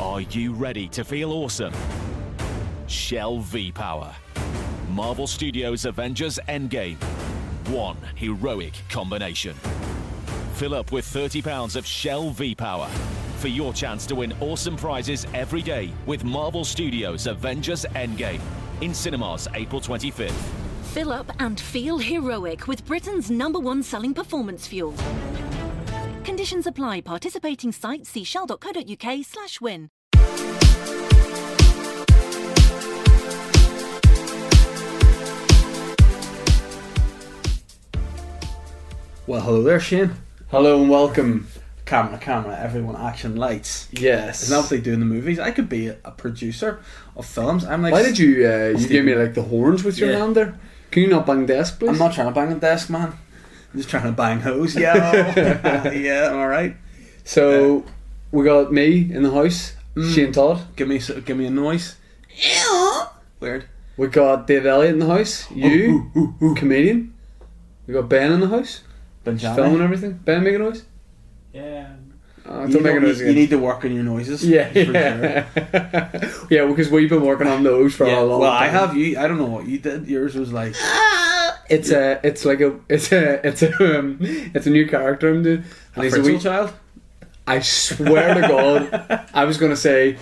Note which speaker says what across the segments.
Speaker 1: Are you ready to feel awesome? Shell V Power. Marvel Studios Avengers Endgame. One heroic combination. Fill up with £30 of Shell V Power for your chance to win awesome prizes every day with Marvel Studios Avengers Endgame in cinemas April 25th.
Speaker 2: Fill up and feel heroic with Britain's number one selling performance fuel. Conditions apply. Participating sites see shell.co.uk slash win.
Speaker 3: Well, hello there, Shane.
Speaker 4: Hello and welcome. Camera, camera, everyone, action, lights.
Speaker 3: Yes.
Speaker 4: Isn't that what they do in the movies? I could be a, a producer of films. I'm like,
Speaker 3: Why did you uh, you gave me
Speaker 4: Stephen.
Speaker 3: like the horns with your
Speaker 4: Yeah.
Speaker 3: hand there? Can you not bang desk, please?
Speaker 4: I'm not trying to bang a desk, man. I'm just trying to bang hose. Yeah, yeah, I'm all right.
Speaker 3: So we got me in the house,
Speaker 4: Mm.
Speaker 3: Shane Todd.
Speaker 4: Give me, so- give me a noise. Weird.
Speaker 3: We got Dave Elliott in the house. You, comedian. We got Ben in the house, filming
Speaker 4: Benjamin.
Speaker 3: everything. Ben make a noise.
Speaker 5: Yeah.
Speaker 3: Uh,
Speaker 4: You
Speaker 3: don't make a
Speaker 4: don't-
Speaker 3: noise
Speaker 4: you,
Speaker 3: again.
Speaker 4: you need to work on your noises.
Speaker 3: yeah,
Speaker 4: for sure.
Speaker 3: yeah, yeah. Because we've been working on those for
Speaker 4: Yeah,
Speaker 3: a long
Speaker 4: well,
Speaker 3: time.
Speaker 4: I have you. I don't know what you did. Yours was like,
Speaker 3: It's a, it's like a, it's a, it's a, um, it's a new character I'm doing.
Speaker 4: a
Speaker 3: And he's a wee,
Speaker 4: fritzel child.
Speaker 3: I swear to God, I was going to say,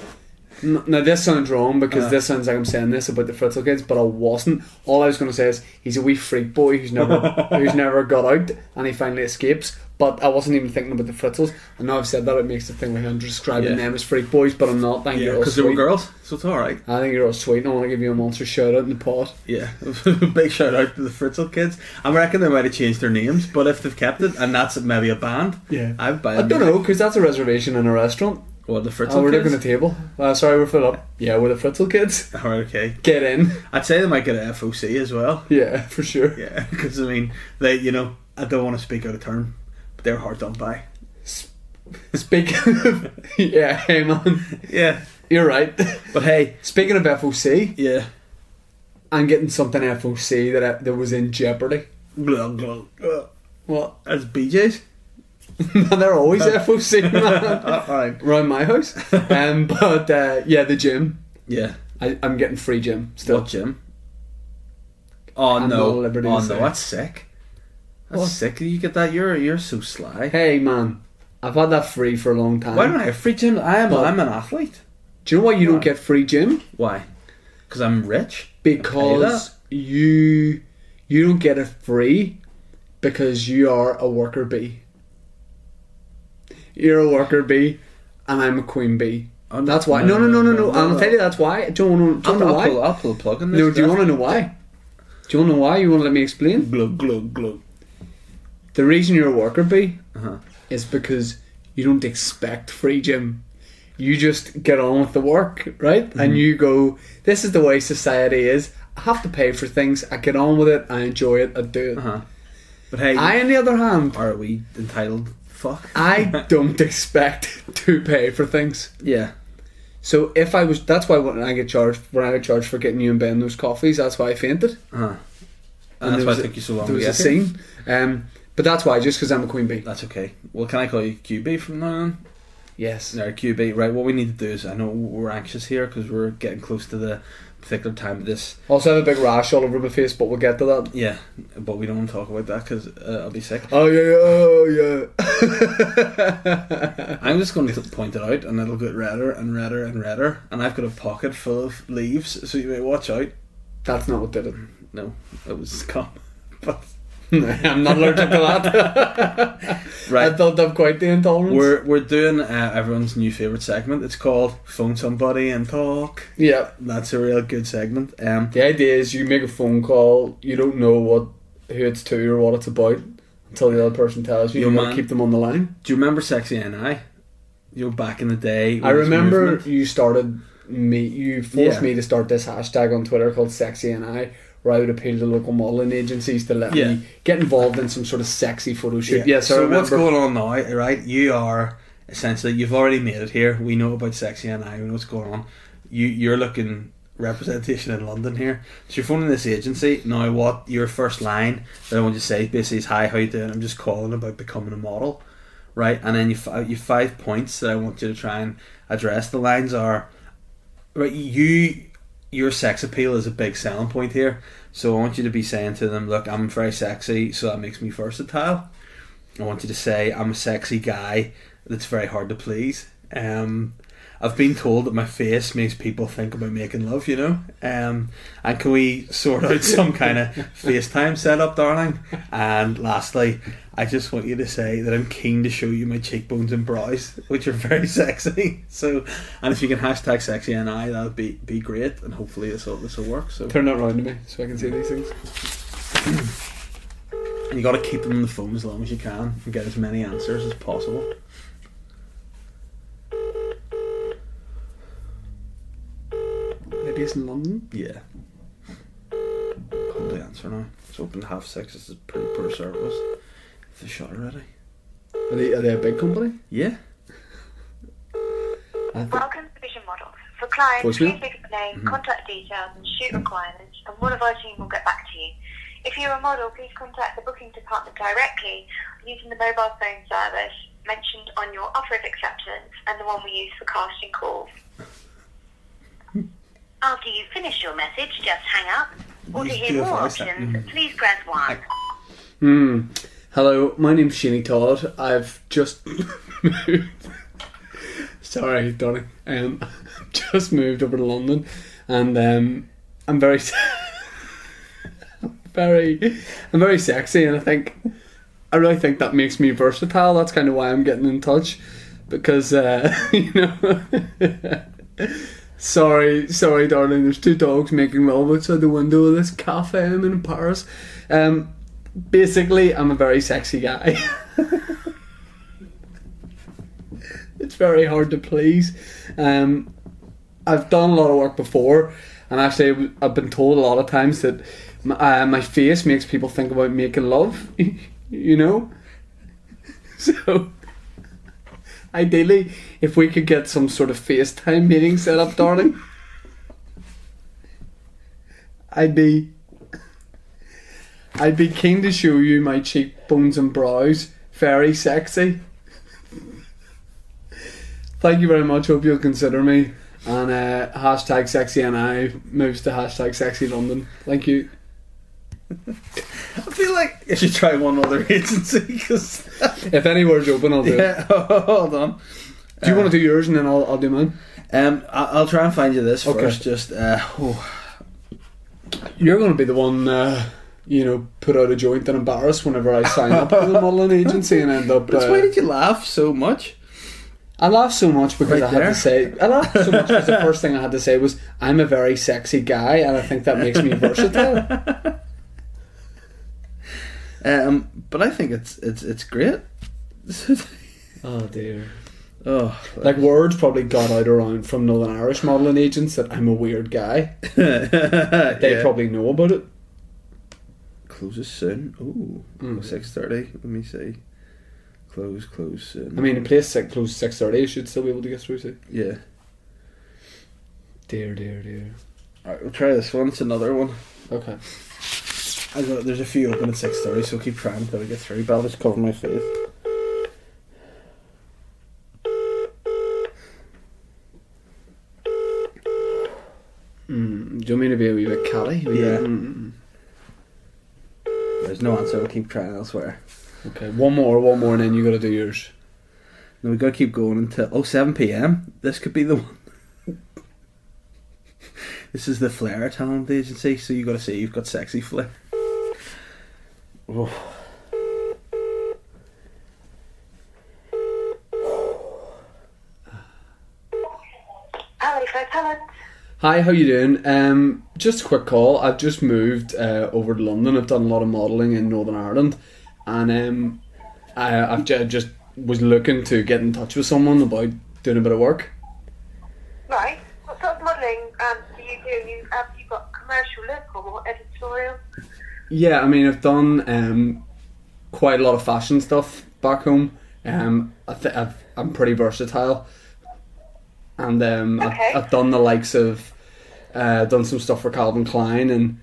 Speaker 3: n- now this sounds wrong because
Speaker 4: Uh.
Speaker 3: this sounds like I'm saying this about the Fritzel kids, but I wasn't. All I was going to say is he's a wee freak boy who's never who's never got out and he finally escapes. But I wasn't even thinking about the Fritzels. And now I've said that, it makes the thing like I'm describing
Speaker 4: Yeah.
Speaker 3: them as freak boys, but I'm not. I think
Speaker 4: Yeah,
Speaker 3: you're all
Speaker 4: because they were
Speaker 3: sweet.
Speaker 4: girls, so it's all right.
Speaker 3: I think you're all sweet, and I want to give you a monster shout out in the pot.
Speaker 4: Yeah, big shout out to the Fritzel kids. I reckon they might have changed their names, but if they've kept it, and that's maybe a band,
Speaker 3: Yeah.
Speaker 4: I'd buy.
Speaker 3: I don't know because that's a reservation in a restaurant.
Speaker 4: What the Fritzel
Speaker 3: Oh, we're looking
Speaker 4: kids?
Speaker 3: at the table. Uh, sorry, we're filled up. Yeah, we're the Fritzel kids.
Speaker 4: All right, okay.
Speaker 3: Get in.
Speaker 4: I'd say they might get an FOC as well.
Speaker 3: Yeah, for sure.
Speaker 4: Yeah, because I mean, they, you know, I don't want to speak out of turn, but they're hard done by.
Speaker 3: Speaking of, yeah, hey man,
Speaker 4: Yeah,
Speaker 3: you're right.
Speaker 4: but hey,
Speaker 3: Speaking of FOC,
Speaker 4: yeah.
Speaker 3: I'm getting something FOC that I, that was in jeopardy.
Speaker 4: Glug, glug, glug.
Speaker 3: What?
Speaker 4: That's BJ's.
Speaker 3: They're always
Speaker 4: Uh,
Speaker 3: FOC,
Speaker 4: All
Speaker 3: man.
Speaker 4: right.
Speaker 3: Around my house, um, but uh, yeah, the gym.
Speaker 4: Yeah.
Speaker 3: I, I'm getting free gym still.
Speaker 4: What Jim? Oh
Speaker 3: I'm not at
Speaker 4: no! Oh
Speaker 3: liberty to
Speaker 4: no!
Speaker 3: say.
Speaker 4: That's sick. That's
Speaker 3: What?
Speaker 4: sick. You get that? You're you're so sly.
Speaker 3: Hey man, I've had that free for a long time.
Speaker 4: Why don't I have free gym? I am.
Speaker 3: But-
Speaker 4: I'm an athlete.
Speaker 3: Do you know why you don't
Speaker 4: Why?
Speaker 3: get free gym?
Speaker 4: Why? Because I'm rich.
Speaker 3: Because you you don't get it free because you are a worker bee. You're a worker bee, and I'm a queen bee.
Speaker 4: Oh, no,
Speaker 3: that's why. No,
Speaker 4: no,
Speaker 3: no, no, no,
Speaker 4: no,
Speaker 3: no.
Speaker 4: no,
Speaker 3: And I'll
Speaker 4: no.
Speaker 3: tell you that's why. Do you want to
Speaker 4: I'll,
Speaker 3: know
Speaker 4: I'll
Speaker 3: why?
Speaker 4: pull, I'll pull a plug in this.
Speaker 3: No, do you
Speaker 4: guy.
Speaker 3: want to know why? Do you want to know why? You want to let me explain?
Speaker 4: Glug glug glug.
Speaker 3: The reason you're a worker bee
Speaker 4: Uh-huh.
Speaker 3: is because you don't expect free gym. You just get on with the work, right?
Speaker 4: Mm-hmm.
Speaker 3: And you go, this is the way society is. I have to pay for things. I get on with it. I enjoy it. I do it.
Speaker 4: Uh-huh. But hey,
Speaker 3: I, on the other hand,
Speaker 4: are we entitled? Fuck.
Speaker 3: I don't expect to pay for things.
Speaker 4: yeah.
Speaker 3: So if I was, that's why when I get charged, when I get charged for getting you and Ben those coffees, that's why I fainted.
Speaker 4: Uh-huh.
Speaker 3: And
Speaker 4: And, that's
Speaker 3: there
Speaker 4: why
Speaker 3: was
Speaker 4: it
Speaker 3: a-
Speaker 4: took you so long.
Speaker 3: there was
Speaker 4: to
Speaker 3: a
Speaker 4: get here.
Speaker 3: scene, um, but that's why just because I'm a queen bee.
Speaker 4: That's okay. Well, can I call you QB from now on?
Speaker 3: Yes.
Speaker 4: No, QB. Right. What we need to do is, I know we're anxious here because we're getting close to the particular time of this.
Speaker 3: Also, I have a big rash all over my face, but we'll get to that.
Speaker 4: Yeah, but we don't want to talk about that because uh, I'll be sick.
Speaker 3: Oh yeah, yeah, oh yeah.
Speaker 4: I'm just going to point it out, and it'll get redder and redder and redder. And I've got a pocket full of leaves, so you may watch out.
Speaker 3: That's not what did it.
Speaker 4: No, it was scum. But
Speaker 3: I'm not allergic to that. I
Speaker 4: right,
Speaker 3: don't have quite the intolerance.
Speaker 4: uh, we're we're doing uh, everyone's new favorite segment. It's called "Phone Somebody and Talk."
Speaker 3: yeah.
Speaker 4: That's a real good segment. Um,
Speaker 3: The idea is you make a phone call, you don't know what who it's to or what it's about until the other person tells you.
Speaker 4: Your
Speaker 3: You want to
Speaker 4: man.
Speaker 3: keep them on the line.
Speaker 4: do you remember Sexy and I? You know, back in the day.
Speaker 3: I
Speaker 4: when it was
Speaker 3: remember
Speaker 4: movement.
Speaker 3: you started me. You forced
Speaker 4: Yeah.
Speaker 3: me to start this hashtag on Twitter called Sexy and I, where I would appeal to local modeling agencies to let
Speaker 4: Yeah.
Speaker 3: me get involved in some sort of sexy photo shoot. Yes, I
Speaker 4: so what's
Speaker 3: remember.
Speaker 4: going on now? Right, you are essentially you've already made it here. We know about Sexy and I. We know what's going on. You you're looking representation in London here. So you're phoning this agency now. What your first line that I want you to say basically is hi, how you doing? I'm just calling about becoming a model. right? And then you fi- you five points that I want you to try and address. The lines are right. You your sex appeal is a big selling point here, so I want you to be saying to them, "Look, I'm very sexy, so that makes me versatile." I want you to say, "I'm a sexy guy that's very hard to please." Um, I've been told that my face makes people think about making love, you know. Um, and can we sort out some kind of FaceTime setup, darling? And lastly, I just want you to say that I'm keen to show you my cheekbones and brows, which are very sexy. So, and if you can hashtag sexy and I, that would be be great. And hopefully this will this will work. So
Speaker 3: Turn that round to me so I can see these things.
Speaker 4: and you got to keep them on the phone as long as you can and get as many answers as possible.
Speaker 3: Maybe it's in London.
Speaker 4: Yeah. Can't really answer now. It's open to half six. This is pretty poor service. Is the shot already?
Speaker 3: Are they, are they a big company?
Speaker 4: Yeah.
Speaker 5: Welcome to Vision Models. For clients,
Speaker 3: Voicemail?
Speaker 5: please leave your name,
Speaker 4: Mm-hmm.
Speaker 5: contact details, and shoot requirements, and one of our team will get back to you. If you're a model, please contact the booking department directly using the mobile phone service mentioned on your offer of acceptance and the one we use for casting calls.
Speaker 4: Hmm.
Speaker 5: After you've finished your message, just hang up. Or to
Speaker 4: Yes,
Speaker 5: hear
Speaker 4: do a
Speaker 5: more
Speaker 4: voice Mm-hmm. app.
Speaker 5: options, please press 1.
Speaker 3: Hmm. Hello, my name's Sheeny Todd. I've just moved. Sorry, Donny. Um, just moved over to London, and um, I'm very, se- I'm very, I'm very sexy, and I think, I really think that makes me versatile. That's kind of why I'm getting in touch, because uh, you know. Sorry, sorry, darling. There's two dogs making love outside the window of this cafe I'm in in Paris. Um, basically, I'm a very sexy guy. it's very hard to please. Um, I've done a lot of work before, and actually, I've been told a lot of times that my, uh, my face makes people think about making love. you know, so ideally, if we could get some sort of FaceTime meeting set up, darling, I'd be. I'd be keen to show you my cheekbones and brows. Very sexy. Thank you very much. Hope you'll consider me. And uh, hashtag sexy and I moves to hashtag sexy London. Thank you.
Speaker 4: I feel like you should try one other agency because
Speaker 3: If any words open, I'll do it.
Speaker 4: yeah. Hold on.
Speaker 3: Do you want to do yours and then I'll, I'll do mine?
Speaker 4: Um, I- I'll try and find you this
Speaker 3: Okay.
Speaker 4: first. Just uh, oh,
Speaker 3: You're going to be the one, uh, you know, put out a joint and embarrassed whenever I sign up with a modelling agency and end up.
Speaker 4: but
Speaker 3: uh,
Speaker 4: why did you laugh so much?
Speaker 3: I laughed so much because
Speaker 4: Right
Speaker 3: I had
Speaker 4: there.
Speaker 3: to say I laughed so much because the first thing I had to say was I'm a very sexy guy and I think that makes me versatile.
Speaker 4: Um, but I think it's it's it's great.
Speaker 3: Oh dear.
Speaker 4: oh,
Speaker 3: Like words probably got out around from Northern Irish modelling agents that I'm a weird guy. They
Speaker 4: they
Speaker 3: probably know about it.
Speaker 4: closes soon. Ooh,
Speaker 3: Mm.
Speaker 4: six thirty. Let me see. Close, close soon.
Speaker 3: I mean, a place that closed six thirty, you should still be able to get through to.
Speaker 4: yeah.
Speaker 3: Dear, dear, dear.
Speaker 4: All right, we'll try this one. It's another one.
Speaker 3: Okay.
Speaker 4: I got, there's a few open at six thirty, so keep trying until we get through. But I'll just cover my face.
Speaker 3: Mm, do you want me to be a wee bit catty? A wee
Speaker 4: Yeah.
Speaker 3: bit- mm, mm,
Speaker 4: There's no answer. We'll keep trying elsewhere.
Speaker 3: mm. Okay. One more, one more, and then you got to do yours.
Speaker 4: Then we gotta keep going until oh 7 p.m. This could be the one. this is the Flair talent agency, so you gotta say you've got sexy flair. Oh.
Speaker 5: Hello, for talent.
Speaker 3: Hi, how you doing? Um, just a quick call. I've just moved uh, over to London. I've done a lot of modelling in Northern Ireland, and um, I, I've ju- just was looking to get in touch with someone about doing a bit of work.
Speaker 5: Right. What sort of modelling um, do you do? You, have you got commercial look or more editorial?
Speaker 3: Yeah, I mean, I've done um, quite a lot of fashion stuff back home. Um, I th- I've, I'm pretty versatile, and um,
Speaker 5: Okay.
Speaker 3: I've, I've done the likes of uh, done some stuff for Calvin Klein, and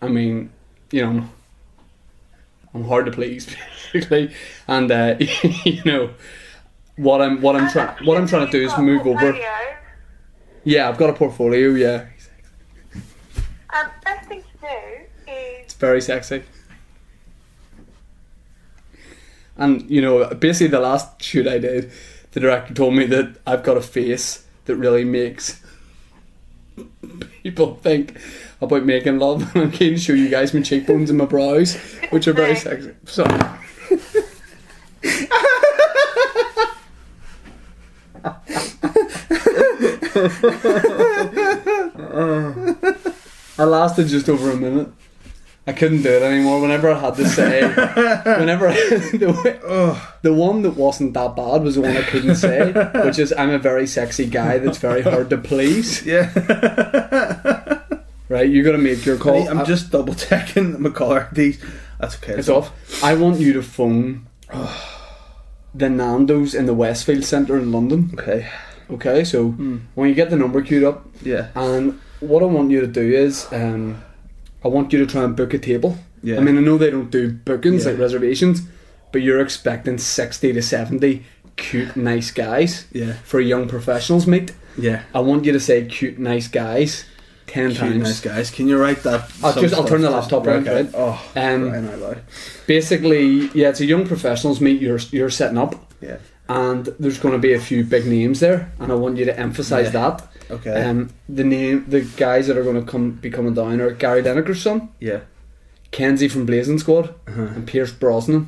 Speaker 3: I mean, you know, I'm hard to please. basically. And uh, you know what I'm what I'm trying what I'm trying to do is move over. Yeah, I've got a portfolio. Yeah,
Speaker 5: Um, best thing to do is
Speaker 3: it's very sexy. And you know, basically the last shoot I did, the director told me that I've got a face that really makes people think about making love. And I'm keen to show you guys my cheekbones and my brows, which are very sexy. Sorry. I lasted just over a minute. I couldn't do it anymore. Whenever I had to say, whenever I, the, way- the one that wasn't that bad was the one I couldn't say, which is I'm a very sexy guy that's very hard to please.
Speaker 4: Yeah.
Speaker 3: Right, you got to make your call.
Speaker 4: I'm just double checking my collar IDs. That's okay.
Speaker 3: It's off. I want you to phone the Nando's in the Westfield Centre in London.
Speaker 4: Okay. Hmm.
Speaker 3: Okay, so when you get the number queued up,
Speaker 4: Yeah.
Speaker 3: and what I want you to do is, um, I want you to try and book a table.
Speaker 4: Yeah.
Speaker 3: I mean, I know they don't do bookings
Speaker 4: Yeah.
Speaker 3: like reservations, but you're expecting sixty to seventy cute, nice guys.
Speaker 4: Yeah.
Speaker 3: For young professionals, mate.
Speaker 4: Yeah.
Speaker 3: I want you to say "cute, nice guys" ten
Speaker 4: Cute,
Speaker 3: times.
Speaker 4: nice guys. Can you write that?
Speaker 3: I'll
Speaker 4: some
Speaker 3: just- I'll
Speaker 4: stuff
Speaker 3: turn the
Speaker 4: first?
Speaker 3: laptop around,
Speaker 4: Okay.
Speaker 3: right?
Speaker 4: Oh,
Speaker 3: Um,
Speaker 4: crying out loud.
Speaker 3: Basically, yeah, it's a young professionals meet you're you're setting up.
Speaker 4: Yeah.
Speaker 3: and there's going to be a few big names there, and I want you to emphasise
Speaker 4: Yeah.
Speaker 3: that.
Speaker 4: Okay.
Speaker 3: Um, the name, the guys that are going to come be coming down are Gary Lineker's son,
Speaker 4: Yeah.
Speaker 3: Kenzie from Blazing Squad,
Speaker 4: Uh-huh.
Speaker 3: and Pierce Brosnan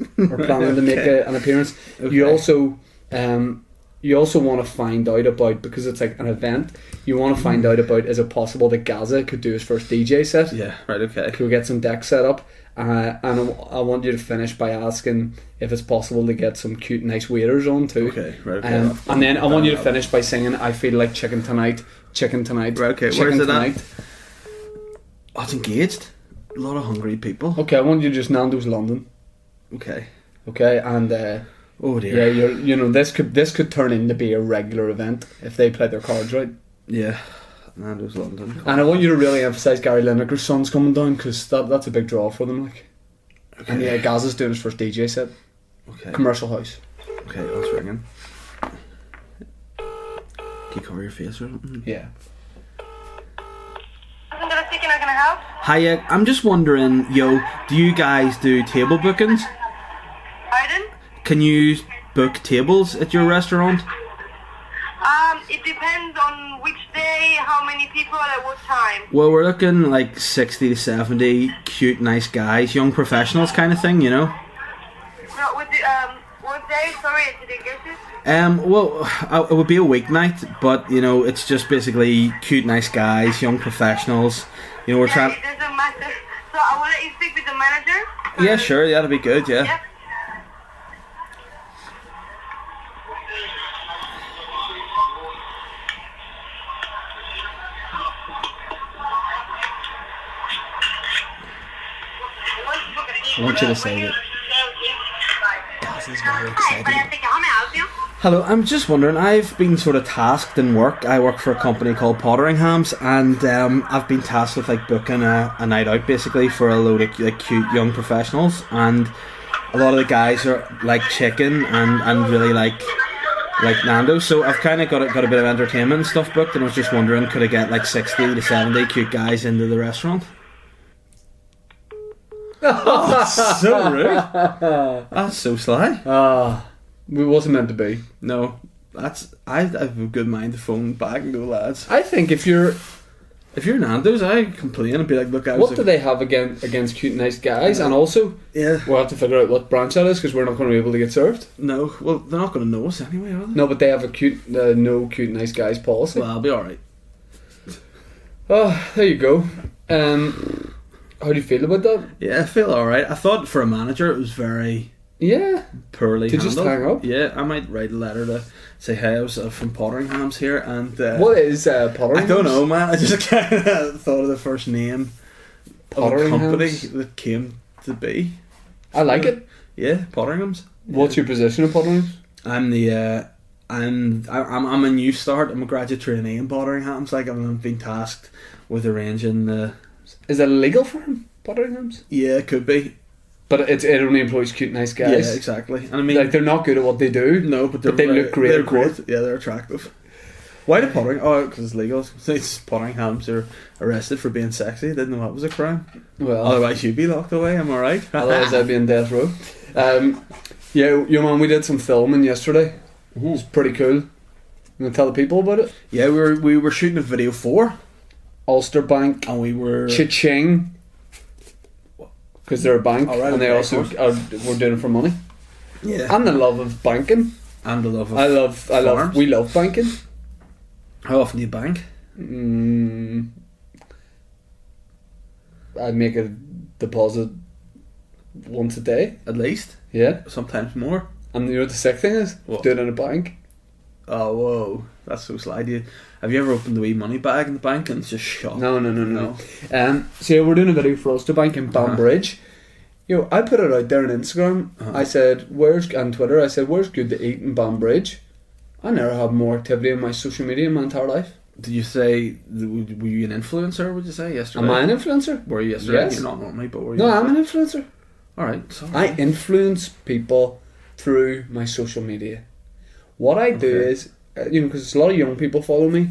Speaker 3: are planning to make a, an appearance. You
Speaker 4: Okay.
Speaker 3: also, um, you also want to find out about because it's like an event. You want to find
Speaker 4: Mm.
Speaker 3: out about is it possible that Gaza could do his first DJ set?
Speaker 4: Yeah. Right. Okay.
Speaker 3: Could we get some decks set up? Uh, and I, I want you to finish by asking if it's possible to get some cute, nice waiters on too.
Speaker 4: Okay, right, okay.
Speaker 3: Um, and then I want you to finish by singing "I Feel Like Chicken Tonight, Chicken Tonight,
Speaker 4: Right, okay,
Speaker 3: Chicken
Speaker 4: where's it at?
Speaker 3: Tonight."
Speaker 4: Oh, it's engaged. A lot of hungry people.
Speaker 3: Okay, I want you to just Nando's London.
Speaker 4: Okay.
Speaker 3: Okay, and uh,
Speaker 4: Oh
Speaker 3: yeah,
Speaker 4: dear.
Speaker 3: you're, you know this could this could turn into be a regular event if they play their cards right.
Speaker 4: Yeah. Nando's London.
Speaker 3: And I want you to really emphasise Gary Lineker's son's coming down because that, that's a big draw for them. Like, and yeah, Gaza's doing his first DJ set,
Speaker 4: Okay.
Speaker 3: commercial house.
Speaker 4: Okay. I was ringing. Can you cover your face or something?
Speaker 3: Yeah.
Speaker 5: Isn't there a speaking I can help?
Speaker 4: Hiya, I'm just wondering, yo, do you guys do table bookings?
Speaker 5: Pardon?
Speaker 4: Can you book tables at your restaurant?
Speaker 5: Um, it depends on which day, how many people, at what time.
Speaker 4: Well, we're looking like 60 to 70 cute, nice guys, young professionals kind of thing, you know?
Speaker 5: No, what, the, um, what day? Sorry, I didn't get it.
Speaker 4: Um, well, I- it would be a weeknight, but, you know, it's just basically cute, nice guys, young professionals. You know, we're
Speaker 5: Yeah,
Speaker 4: trying.
Speaker 5: it doesn't matter. So I will let you speak with the manager.
Speaker 4: Yeah, sure, yeah, that'd be good, yeah.
Speaker 5: Yeah.
Speaker 4: I want you to say that.
Speaker 5: Guys,
Speaker 4: this is very
Speaker 5: Hi,
Speaker 4: exciting.
Speaker 5: Brian, how may I help you?
Speaker 4: Hello, I'm just wondering. I've been sort of tasked in work. I work for a company called Potteringham's, and um, I've been tasked with like booking a, a night out basically for a load of like cute young professionals. And a lot of the guys are like chicken and, and really like like Nando. So I've kind of got a, got a bit of entertainment and stuff booked, and I was just wondering, could I get like sixty to seventy cute guys into the restaurant? That's so rude. That's so sly.
Speaker 3: Ah, we wasn't meant to be.
Speaker 4: No, that's I, I have a good mind to phone back and go, lads.
Speaker 3: I think if you're,
Speaker 4: If you're Nando's, I complain and be like, look, I was.
Speaker 3: what do they have again against cute, nice guys? And also,
Speaker 4: Yeah.
Speaker 3: we'll have to figure out what branch that is because we're not going to be able to get served.
Speaker 4: No, well, they're not going to know us anyway, are they?
Speaker 3: No, but they have a cute, uh, no cute, nice guys policy.
Speaker 4: Well, I'll be all right.
Speaker 3: Oh, there you go. Um, how do you feel about that?
Speaker 4: Yeah, I feel all right. I thought for a manager it was very
Speaker 3: Yeah,
Speaker 4: poorly
Speaker 3: To
Speaker 4: handled.
Speaker 3: just hang up?
Speaker 4: Yeah, I might write a letter to say, hey, I was uh, from Potteringham's here, and uh,
Speaker 3: what is uh, Pottering?
Speaker 4: I don't know, man. I just kind of thought of the first name of a company
Speaker 3: Potteringham's?
Speaker 4: that came to be.
Speaker 3: I like it.
Speaker 4: Yeah, Potteringham's.
Speaker 3: What's your position in Pottering?
Speaker 4: I'm the uh, I'm I- I'm I'm a new start. I'm a graduate trainee in Botteringham's. Like I'm, I'm being tasked with arranging the
Speaker 3: Is it a legal firm? Potteringham's?
Speaker 4: yeah, it could be.
Speaker 3: But it, it only employs cute, nice guys.
Speaker 4: Yeah, exactly. And I mean,
Speaker 3: Like they're not good at what they do.
Speaker 4: no, but,
Speaker 3: they
Speaker 4: they're-
Speaker 3: look great.
Speaker 4: They're
Speaker 3: at court.
Speaker 4: great. Yeah, they're attractive. Why did Pottering? Oh, because it's legal. It's Potteringham's are arrested for being sexy. Didn't know that was a crime.
Speaker 3: Well,
Speaker 4: Otherwise, you'd be locked away. Am I right?
Speaker 3: Otherwise, I'd be on death row. Um, yeah, your man, we did some filming yesterday. It was pretty cool. I'm gonna tell the people about it.
Speaker 4: yeah, we were we were shooting a video for,
Speaker 3: Ulster Bank,
Speaker 4: and we were
Speaker 3: Cha-ching, because they're a bank,
Speaker 4: All right,
Speaker 3: and they
Speaker 4: okay,
Speaker 3: also
Speaker 4: of course.
Speaker 3: are, were doing it for money.
Speaker 4: yeah, and,
Speaker 3: And the love of banking.
Speaker 4: the love. Of
Speaker 3: I love, I love.
Speaker 4: Farms?
Speaker 3: We love banking.
Speaker 4: How often do you bank?
Speaker 3: Mm, I make a deposit once a day.
Speaker 4: At least,
Speaker 3: Yeah,
Speaker 4: sometimes more.
Speaker 3: and you know what the sick thing is?
Speaker 4: What?
Speaker 3: Do it in a bank.
Speaker 4: Oh, whoa, that's so sly. Do you, have you ever opened the wee money bag in the bank and it's just shot?
Speaker 3: No, no, no, no. Um, so yeah, we're doing a video for Ulster Bank in
Speaker 4: Uh-huh.
Speaker 3: Banbridge. You know, I put it out there on Instagram. I said, "Where's on Twitter?" I said, "Where's good to eat in Banbridge?" I never had more activity in my social media in my entire life.
Speaker 4: Did you say would- were you an influencer? Would you say yesterday?
Speaker 3: Am I an influencer?
Speaker 4: Were you yesterday?
Speaker 3: Yes.
Speaker 4: You're not normally, but were you?
Speaker 3: No, I'm an influencer.
Speaker 4: All right, sorry.
Speaker 3: I influence people through my social media. What I
Speaker 4: Okay.
Speaker 3: do
Speaker 4: Mm-hmm.
Speaker 3: is, uh, you know, because a lot of young people follow me.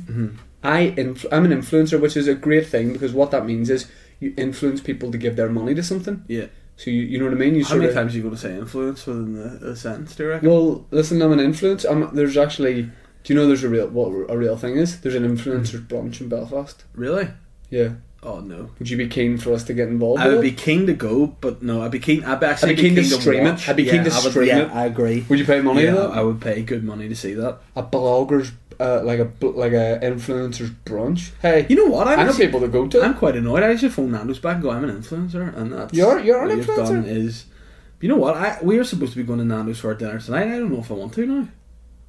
Speaker 3: I inf- I'm an influencer, which is a great thing because what that means is you influence people to give their money to something.
Speaker 4: yeah.
Speaker 3: So you, you know what I mean? You
Speaker 4: How many
Speaker 3: sorta-
Speaker 4: times are you going to say influence within the, the sentence? Do you reckon?
Speaker 3: Well, listen, I'm an influencer. I'm, there's actually, do you know there's a real what a real thing is? There's an
Speaker 4: Hmm.
Speaker 3: influencers brunch in Belfast.
Speaker 4: really?
Speaker 3: Yeah.
Speaker 4: Oh no.
Speaker 3: Would you be keen for us to get involved?
Speaker 4: I would
Speaker 3: with
Speaker 4: be
Speaker 3: it?
Speaker 4: keen to go, but no, I'd be keen. I'd be actually
Speaker 3: I'd be keen to stream it.
Speaker 4: watch.
Speaker 3: I'd be
Speaker 4: Yeah,
Speaker 3: keen to
Speaker 4: I would-
Speaker 3: stream
Speaker 4: yeah,
Speaker 3: it.
Speaker 4: I agree.
Speaker 3: Would you pay money?
Speaker 4: yeah,
Speaker 3: for that?
Speaker 4: I would pay good money to see that.
Speaker 3: a bloggers uh, like a bl- like a influencers brunch. Hey,
Speaker 4: You know what? I'm
Speaker 3: I know
Speaker 4: actually-
Speaker 3: people that go to.
Speaker 4: I'm
Speaker 3: it.
Speaker 4: quite annoyed. I should phone Nando's back and go. I'm an influencer, and that's
Speaker 3: You're- you're an
Speaker 4: what you've
Speaker 3: influencer.
Speaker 4: Done is, you know what? I we were supposed to be going to Nando's for our dinner tonight. I don't know if I want to now.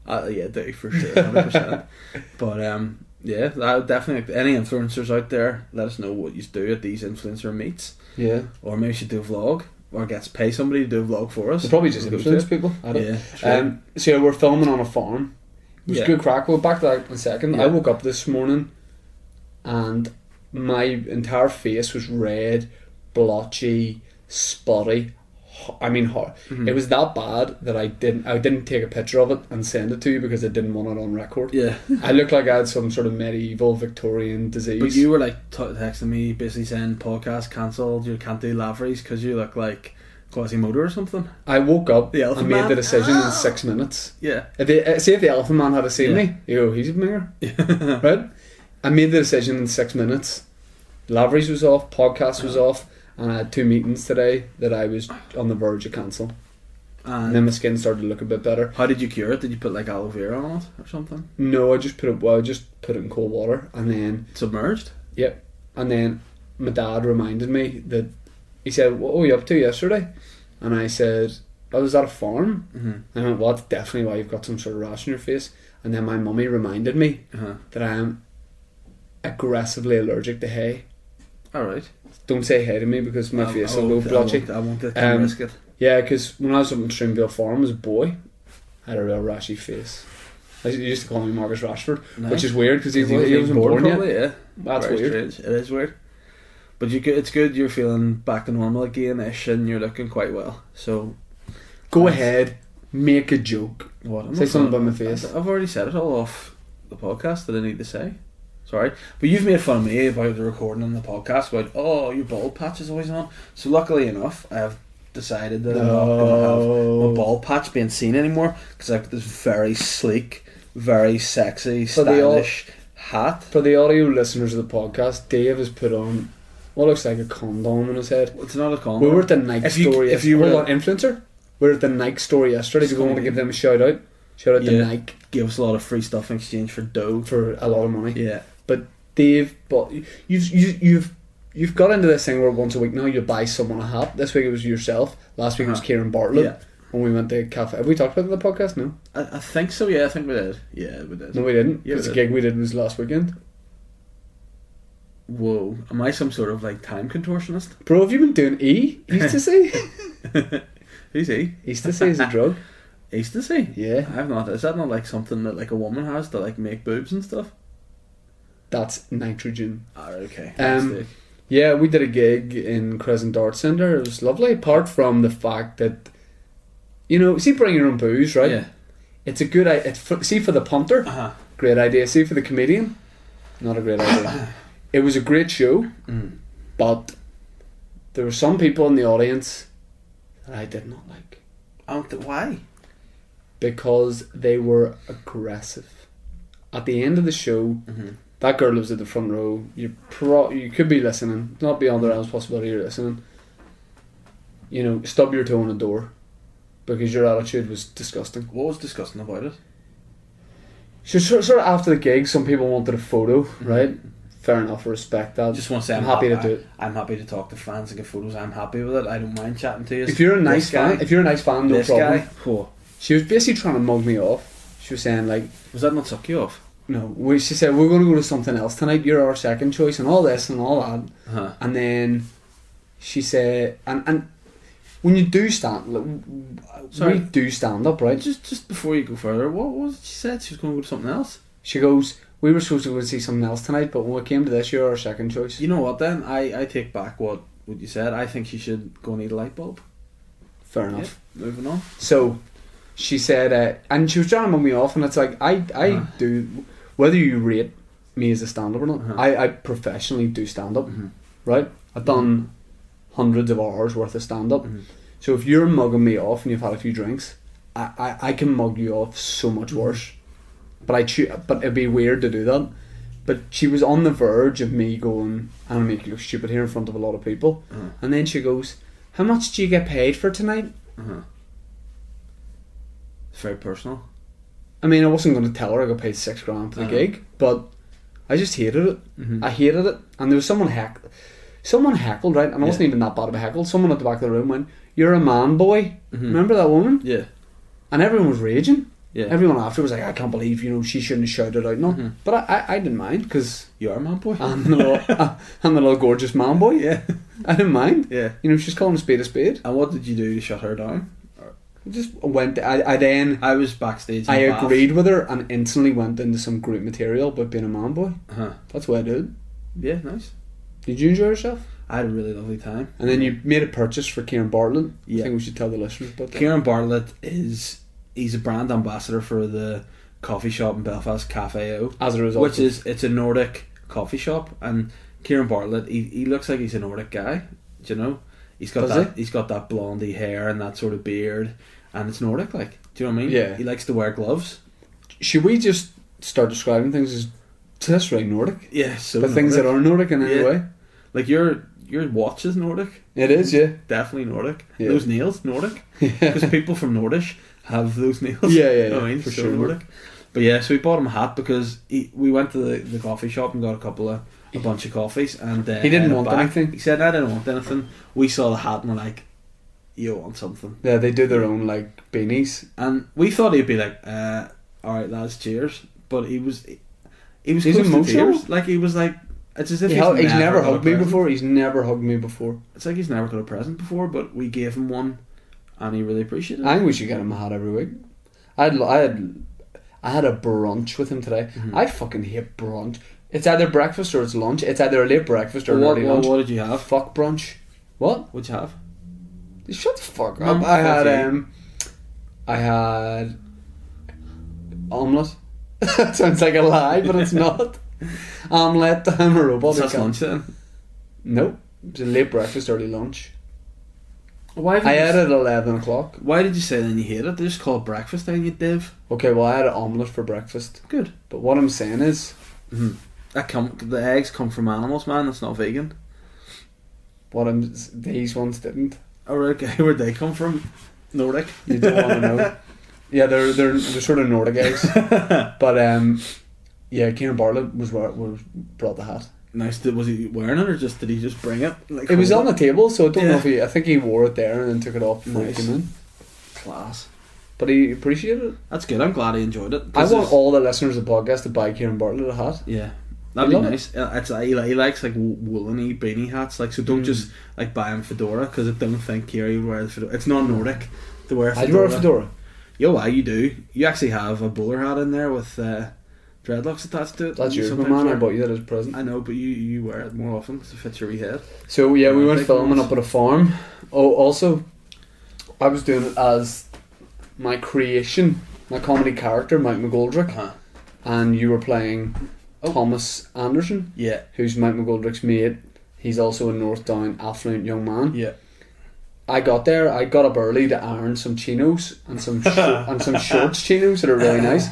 Speaker 4: Uh, yeah, I do for sure, hundred percent. But um, yeah, I would definitely any influencers out there. Let us know what you do at these influencer meets,
Speaker 3: yeah,
Speaker 4: or maybe you should do a vlog, or get to pay somebody to do a vlog for us.
Speaker 3: they probably just
Speaker 4: We'll go
Speaker 3: influence
Speaker 4: to.
Speaker 3: people. I don't.
Speaker 4: Yeah, true.
Speaker 3: um, so yeah, we're filming on a farm. It was
Speaker 4: Yeah.
Speaker 3: good crack. We'll back to that in a second. I
Speaker 4: Yeah.
Speaker 3: woke up this morning, and my entire face was red, blotchy, spotty. ho- I mean, hard.
Speaker 4: Mm-hmm.
Speaker 3: It was that bad that I didn't. I didn't take a picture of it and send it to you because I didn't want it on record.
Speaker 4: Yeah.
Speaker 3: I looked like I had some sort of medieval Victorian disease.
Speaker 4: But you were like t- texting me, basically saying podcast cancelled. You can't do Lavery's because you look like Quasimodo or something.
Speaker 3: I woke up
Speaker 4: The Elephant
Speaker 3: and made
Speaker 4: Man?
Speaker 3: the decision in six minutes.
Speaker 4: Yeah.
Speaker 3: If they, uh, see if the elephant man had seen
Speaker 4: Yeah.
Speaker 3: me, you go, he's a minger, right? I made the decision in six minutes. Lavery's was off, podcast was off, and I had two meetings today that I was on the verge of cancel. And
Speaker 4: And
Speaker 3: then my skin started to look a bit better.
Speaker 4: How did you cure it? Did you put like aloe vera on it or something?
Speaker 3: No, I just put it. Well, I just put it in cold water, and then
Speaker 4: Submerged?
Speaker 3: Yep. And then my dad reminded me that he said, "What were you up to yesterday?" And I said, "I was at a farm." mm And I went, "Well, that's definitely why you've got some sort of rash on your face." And then my mummy reminded me
Speaker 4: Uh-huh.
Speaker 3: that I am aggressively allergic to hay.
Speaker 4: All right.
Speaker 3: Don't say hay to me because my
Speaker 4: I-
Speaker 3: face
Speaker 4: I
Speaker 3: will go
Speaker 4: won't- I
Speaker 3: blotchy.
Speaker 4: won't- I won't let you
Speaker 3: Um,
Speaker 4: risk it.
Speaker 3: Yeah, because when I was up in Trimville Farm as a boy, I had a real rashy face. They used to call me Marcus Rashford, which
Speaker 4: Nice.
Speaker 3: is weird because he,
Speaker 4: You
Speaker 3: he wasn't born,
Speaker 4: probably,
Speaker 3: yet.
Speaker 4: yeah.
Speaker 3: That's
Speaker 4: Very
Speaker 3: weird.
Speaker 4: strange. It is weird. But you, go- it's good. You're feeling back to normal again, ish, and you're looking quite well. So
Speaker 3: Go ahead, make a joke.
Speaker 4: what? I'm
Speaker 3: Say
Speaker 4: not-
Speaker 3: something about my face.
Speaker 4: I've already said it all off the podcast that I need to say. Sorry, but you've made fun of me about the recording on the podcast. About oh, your bald patch is always on. So luckily enough, I've decided that I'm not going to
Speaker 3: No.
Speaker 4: have my bald patch being seen anymore because I've got this very sleek, very sexy,
Speaker 3: But they all-
Speaker 4: stylish hat.
Speaker 3: For the audio listeners of the podcast, Dave has put on what looks like a condom on his head.
Speaker 4: It's not a con.
Speaker 3: We were at the Nike
Speaker 4: If you-
Speaker 3: store.
Speaker 4: if
Speaker 3: yes-
Speaker 4: you were-
Speaker 3: hold on, influencer, we were at the Nike store yesterday. because we want to give them a shout out. Shout out to
Speaker 4: Yeah.
Speaker 3: Nike
Speaker 4: Gave us a lot of free stuff in exchange for dough.
Speaker 3: for a lot of money.
Speaker 4: Yeah,
Speaker 3: But Dave, but you, you, you've you've got into this thing where once a week now you buy someone a hat. This week it was yourself. Last week it was
Speaker 4: Uh-huh.
Speaker 3: Kieran Bartlett.
Speaker 4: Yeah.
Speaker 3: When we went to cafe, have we talked about it in the podcast? No,
Speaker 4: I, I think so. Yeah, I think we did. Yeah, we did.
Speaker 3: no, we didn't.
Speaker 4: Yeah, we
Speaker 3: Because the
Speaker 4: did.
Speaker 3: gig we did was last weekend.
Speaker 4: Whoa, am I some sort of like time contortionist?
Speaker 3: Bro, have you been doing E? Ecstasy?
Speaker 4: Who's he?
Speaker 3: Ecstasy is a drug.
Speaker 4: Ecstasy?
Speaker 3: Yeah.
Speaker 4: I've not. Is that not like something that like a woman has to like make boobs and stuff?
Speaker 3: That's nitrogen.
Speaker 4: Ah, okay.
Speaker 3: Um,
Speaker 4: Mistake.
Speaker 3: Yeah, we did a gig in Crescent Dart Centre. It was lovely. Apart from the fact that, you know, see, bring your own booze, right?
Speaker 4: Yeah.
Speaker 3: It's a good idea. See, for the punter,
Speaker 4: Uh-huh.
Speaker 3: great idea. See, for the comedian, not a great idea. it was a great show, but there were some people in the audience that I did not like
Speaker 4: I don't Um, th- why?
Speaker 3: because they were aggressive. At the end of the show, that girl lives at the front row. You pro, you could be listening, not beyond the realms of possibility you're listening. You know, stub your toe on a door because your attitude was disgusting.
Speaker 4: What was disgusting about it?
Speaker 3: So sort sort of after the gig, some people wanted a photo, right? Fair enough, I respect that.
Speaker 4: I Mm-hmm. just want to say
Speaker 3: I'm
Speaker 4: I'm,
Speaker 3: happy
Speaker 4: hap-
Speaker 3: to do it.
Speaker 4: I, am happy to talk to fans and get photos. I'm happy with it. I don't mind chatting to you.
Speaker 3: If you're a nice
Speaker 4: This guy,
Speaker 3: fan, if you're a nice fan, no
Speaker 4: this
Speaker 3: problem.
Speaker 4: guy, oh,
Speaker 3: She was basically trying to mug me off. She was saying like,
Speaker 4: was that not suck you off?
Speaker 3: No, we, she said we're going to go to something else tonight. You're our second choice, and all this and all that.
Speaker 4: Uh-huh.
Speaker 3: And then she said, and and when you do stand, like, we
Speaker 4: Sorry.
Speaker 3: do stand up, right?
Speaker 4: Just just before you go further, what was it she said? She was going to go to something else.
Speaker 3: She goes, we were supposed to go and see something else tonight, but when we came to this, you're our second choice.
Speaker 4: You know what? Then I, I take back what what you said. I think she should go and eat a light bulb.
Speaker 3: Fair enough.
Speaker 4: Yep. Moving on.
Speaker 3: So she said, uh, and she was trying to mug me off, and it's like I I do whether you rate me as a stand up or not,
Speaker 4: Uh-huh.
Speaker 3: I, I professionally do stand up, right? I've done hundreds of hours worth of stand up. So if you're mugging me off and you've had a few drinks, I, I, I can mug you off so much worse. But I cho- but it'd be weird to do that. But she was on the verge of me going, I'm gonna make you look stupid here in front of a lot of people. And then she goes, How much do you get paid for tonight?
Speaker 4: It's very personal.
Speaker 3: I mean, I wasn't going to tell her I got paid six grand for the
Speaker 4: Uh-huh.
Speaker 3: gig, but I just hated it.
Speaker 4: Mm-hmm.
Speaker 3: I hated it, and there was someone heck, someone heckled right, and I wasn't even that bad of a heckle. Someone at the back of the room went, "You're a man, boy." Remember that woman?
Speaker 4: Mm-hmm. Yeah.
Speaker 3: And everyone was raging.
Speaker 4: Yeah. Mm-hmm.
Speaker 3: Everyone after was like, "I can't believe you know she shouldn't have shouted out." No, but I, I, I didn't mind because
Speaker 4: You are a man, boy.
Speaker 3: I'm the little, uh, I'm the little gorgeous man boy.
Speaker 4: yeah.
Speaker 3: I didn't mind.
Speaker 4: Yeah. Uh,
Speaker 3: you know she's calling a spade a spade.
Speaker 4: And what did you do to shut her down?
Speaker 3: I just went. I, I then
Speaker 4: I was backstage. in
Speaker 3: I
Speaker 4: the bath.
Speaker 3: agreed with her and instantly went into some group material about being a man boy.
Speaker 4: Uh-huh.
Speaker 3: That's what I did.
Speaker 4: Yeah, nice.
Speaker 3: Did you enjoy yourself?
Speaker 4: I had a really lovely time.
Speaker 3: And then you made a purchase for Kieran Bartlett. I
Speaker 4: Yeah.
Speaker 3: think we should tell the listeners about that.
Speaker 4: Kieran Bartlett is he's a brand ambassador for the coffee shop in Belfast, Cafe O.
Speaker 3: As a result
Speaker 4: which
Speaker 3: of-
Speaker 4: is it's a Nordic coffee shop, and Kieran Bartlett he, he looks like he's a Nordic guy. Do you know? He's got
Speaker 3: Does
Speaker 4: that he? has got that blondie hair and that sort of beard, and it's Nordic like. Do you know what I mean?
Speaker 3: Yeah.
Speaker 4: He likes to wear gloves.
Speaker 3: Should we just start describing things as so that's right Nordic?
Speaker 4: Yeah. So
Speaker 3: But things that
Speaker 4: Nordic.
Speaker 3: are Nordic in any
Speaker 4: Yeah.
Speaker 3: way.
Speaker 4: like your your watch is Nordic.
Speaker 3: It is, yeah.
Speaker 4: Definitely Nordic.
Speaker 3: Yeah.
Speaker 4: Those nails, Nordic. Because people from Nordish have those nails.
Speaker 3: Yeah, yeah,
Speaker 4: You know what
Speaker 3: yeah,
Speaker 4: I mean?
Speaker 3: for
Speaker 4: So
Speaker 3: sure.
Speaker 4: Nordic. But yeah, so we bought him a hat because he, we went to the, the coffee shop and got a couple of a bunch of coffees and uh,
Speaker 3: He didn't
Speaker 4: headed
Speaker 3: want
Speaker 4: back.
Speaker 3: anything.
Speaker 4: He said I didn't want anything. We saw the hat and we're like, You want something.
Speaker 3: Yeah, they do their own like beanies.
Speaker 4: And we thought he'd be like, uh, alright lads, cheers. But he was he, was
Speaker 3: He's
Speaker 4: close to
Speaker 3: emotional?
Speaker 4: tears. Like he was like it's as if
Speaker 3: He hel- he's never
Speaker 4: got a
Speaker 3: hugged me
Speaker 4: present.
Speaker 3: before. He's never hugged me before.
Speaker 4: It's like he's never got a present before, but we gave him one, and he really appreciated it.
Speaker 3: I think we should get him a hat every week. I had, I had, I had a brunch with him today. I fucking hate brunch. It's either breakfast or it's lunch. It's either a late breakfast or an
Speaker 4: what,
Speaker 3: early
Speaker 4: what,
Speaker 3: lunch.
Speaker 4: what did you have?
Speaker 3: Fuck brunch. What?
Speaker 4: What'd you have?
Speaker 3: Shut the fuck up.
Speaker 4: Mum,
Speaker 3: I
Speaker 4: fuck
Speaker 3: had
Speaker 4: you.
Speaker 3: um, I had omelette. that sounds like a lie, but it's not. omelette. I'm a robot.
Speaker 4: What's
Speaker 3: I
Speaker 4: that's
Speaker 3: can't-
Speaker 4: lunch then?
Speaker 3: Nope. It was a late breakfast, early lunch.
Speaker 4: Why?
Speaker 3: I had it at eleven o'clock.
Speaker 4: Why did you say then you hate it? They just call it breakfast, then you div.
Speaker 3: Okay, well I had an omelette for breakfast.
Speaker 4: Good.
Speaker 3: But what I'm saying is,
Speaker 4: That come the eggs come from animals, man. That's not vegan.
Speaker 3: what I'm these ones didn't.
Speaker 4: Or Oh, okay, where'd they come from? Nordic.
Speaker 3: You don't want to know. Yeah, they're they're they're sort of Nordic eggs. but um, yeah, Kieran Bartlett was where was brought the hat.
Speaker 4: nice. Did, was he wearing it, or just did he just bring it? Like
Speaker 3: It was on
Speaker 4: hold
Speaker 3: the table, so I don't know
Speaker 4: Yeah.
Speaker 3: if he. I think he wore it there and then took it off before
Speaker 4: Nice.
Speaker 3: he came in.
Speaker 4: class.
Speaker 3: But he appreciated it.
Speaker 4: That's good. I'm glad he enjoyed it.
Speaker 3: I
Speaker 4: 'cause
Speaker 3: want
Speaker 4: it's-
Speaker 3: all the listeners of the podcast to buy Kieran Bartlett a hat.
Speaker 4: Yeah. That'd be
Speaker 3: I love it.
Speaker 4: nice. Uh, It's, uh, he, li- he likes like wo- woolly beanie hats, like so. Don't
Speaker 3: Hmm.
Speaker 4: just like buy him fedora because I don't think Kerry would wear the fedora. It's not Nordic to wear a fedora.
Speaker 3: I'd wear a fedora.
Speaker 4: Yo, why you do? You actually have a bowler hat in there with uh, dreadlocks attached to it.
Speaker 3: That's
Speaker 4: You
Speaker 3: yours, my
Speaker 4: sometimes
Speaker 3: man. I
Speaker 4: wear-
Speaker 3: bought you that as a present.
Speaker 4: I know, but you, you wear it more often because it fits your wee head.
Speaker 3: So yeah, we
Speaker 4: Yeah,
Speaker 3: went
Speaker 4: big
Speaker 3: filming
Speaker 4: ones.
Speaker 3: up at a farm. Oh, also, I was doing it as my creation, my comedy character, Mike McGoldrick,
Speaker 4: Uh-huh. Oh.
Speaker 3: and you were playing Thomas Anderson,
Speaker 4: Yeah,
Speaker 3: who's Mike McGoldrick's mate. He's also a North Down affluent young man.
Speaker 4: yeah.
Speaker 3: I got there. I got up early to iron some chinos and some sh- and some shorts chinos that are really nice.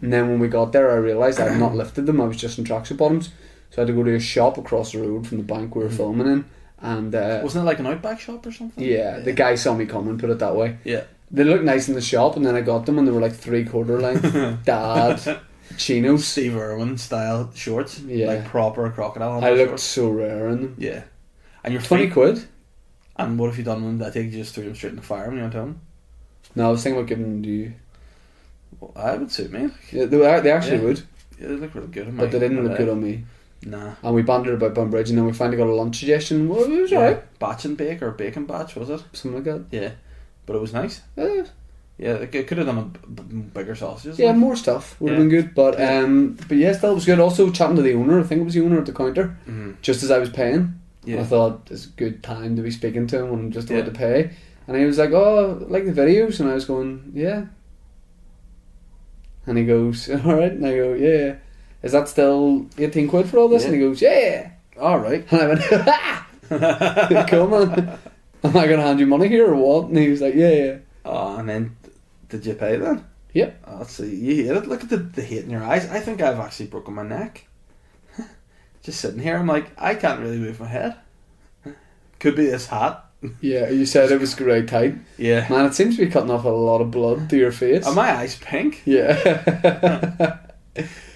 Speaker 3: And then when we got there, I realised I had not lifted them. I was just in tracksuit bottoms, so I had to go to a shop across the road from the bank we were filming in. And uh,
Speaker 4: Wasn't it like an Outback shop or something?
Speaker 3: yeah, the guy saw me coming. Put it that way.
Speaker 4: Yeah.
Speaker 3: They looked nice in the shop, and then I got them, and they were like three quarter length dad chinos.
Speaker 4: Steve Irwin style shorts.
Speaker 3: Yeah.
Speaker 4: Like proper crocodile.
Speaker 3: I
Speaker 4: hunter
Speaker 3: looked
Speaker 4: shorts.
Speaker 3: so rare in them.
Speaker 4: Yeah. And your
Speaker 3: Twenty
Speaker 4: feet.
Speaker 3: quid.
Speaker 4: And what if you done them? I think you just threw them straight in the fire when you went home.
Speaker 3: No, I was thinking about giving them to you.
Speaker 4: Well, I would suit me.
Speaker 3: Yeah, they, were- they actually
Speaker 4: Yeah.
Speaker 3: would,
Speaker 4: Yeah, they look really good. on
Speaker 3: but
Speaker 4: my-
Speaker 3: they didn't
Speaker 4: my leg.
Speaker 3: look good on me.
Speaker 4: Nah.
Speaker 3: and we bantered about Bunbridge, and then we finally got a lunch suggestion. Well, it was alright,
Speaker 4: Batch and bake or bacon batch was it?
Speaker 3: something like that.
Speaker 4: Yeah, but it was nice.
Speaker 3: Eh,
Speaker 4: Yeah, it could have done a b- b- bigger sausages.
Speaker 3: yeah, more stuff would have
Speaker 4: Yeah.
Speaker 3: been good, but um, but yes, that was good. Also, chatting to the owner, I think it was the owner at the counter,
Speaker 4: Mhm.
Speaker 3: just as I was paying.
Speaker 4: Yeah.
Speaker 3: I thought it's a good time to be speaking to him when I'm just about
Speaker 4: Yeah.
Speaker 3: to pay, and he was like, "Oh, like the videos," and I was going, "Yeah," and he goes, "All right," and I go, "Yeah." yeah. Is that still eighteen quid for all this?
Speaker 4: Yeah.
Speaker 3: And he goes, "Yeah." All right, and I went, "Ha!" "Come on." Am I gonna hand you money here or what? And he was like, Yeah, yeah.
Speaker 4: oh, and then did you pay then?
Speaker 3: Yep.
Speaker 4: Oh, see, you hate it. Look at the, the hate in your eyes. I think I've actually broken my neck. Just sitting here, I'm like, I can't really move my head. Could be this hat.
Speaker 3: Yeah, you said it was great tight.
Speaker 4: Yeah.
Speaker 3: Man, it seems to be cutting off a lot of blood to your face.
Speaker 4: Are my eyes pink?
Speaker 3: Yeah.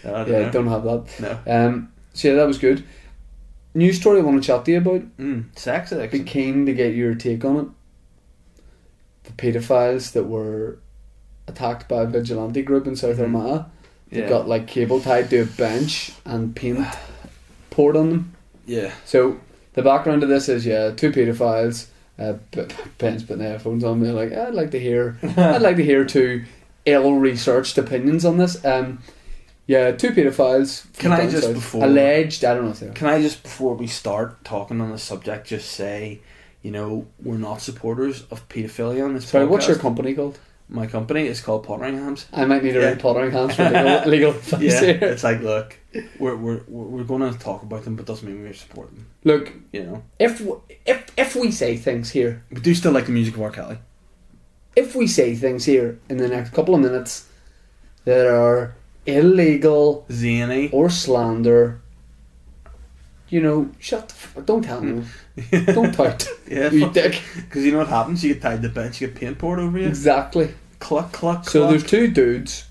Speaker 4: No, I don't
Speaker 3: yeah,
Speaker 4: know.
Speaker 3: don't have that.
Speaker 4: No.
Speaker 3: Um so yeah, that was good. News story I want to chat to you about.
Speaker 4: Mm, sex
Speaker 3: Be
Speaker 4: addiction.
Speaker 3: keen to get your take on it. The paedophiles that were attacked by a vigilante group in South Armagh. They
Speaker 4: Yeah.
Speaker 3: got like cable tied to a bench and paint poured on them.
Speaker 4: yeah.
Speaker 3: So the background of this is yeah, two paedophiles. Uh, B- Ben's putting the headphones on. They're like, I'd like to hear, I'd like to hear two ill-researched opinions on this. Um, yeah, two paedophiles. from
Speaker 4: Can I
Speaker 3: down
Speaker 4: just
Speaker 3: south.
Speaker 4: before-
Speaker 3: alleged? I don't know if they are.
Speaker 4: Can I just, before we start talking on the subject, just say, you know, we're not supporters of paedophilia on this
Speaker 3: Sorry, what's your
Speaker 4: podcast.
Speaker 3: company called?
Speaker 4: My company is called Potteringhams.
Speaker 3: I might need a
Speaker 4: Yeah.
Speaker 3: yeah. pottering hands for legal, legal advice
Speaker 4: Yeah,
Speaker 3: here.
Speaker 4: it's like, look, we're, we're, we're going to talk about them, but doesn't mean we support them,
Speaker 3: Look,
Speaker 4: you know.
Speaker 3: if w- if if we say things here,
Speaker 4: We do still like the music of R. Kelly.
Speaker 3: if we say things here in the next couple of minutes that are illegal,
Speaker 4: Zany.
Speaker 3: or slander. You know, shut the f- don't tell me. don't tout.
Speaker 4: Hmm. Yeah,
Speaker 3: you
Speaker 4: fuck.
Speaker 3: dick.
Speaker 4: Because you know what happens? You get tied to the bench, you get paint poured over you.
Speaker 3: Exactly.
Speaker 4: Cluck, cluck, cluck.
Speaker 3: So there's two dudes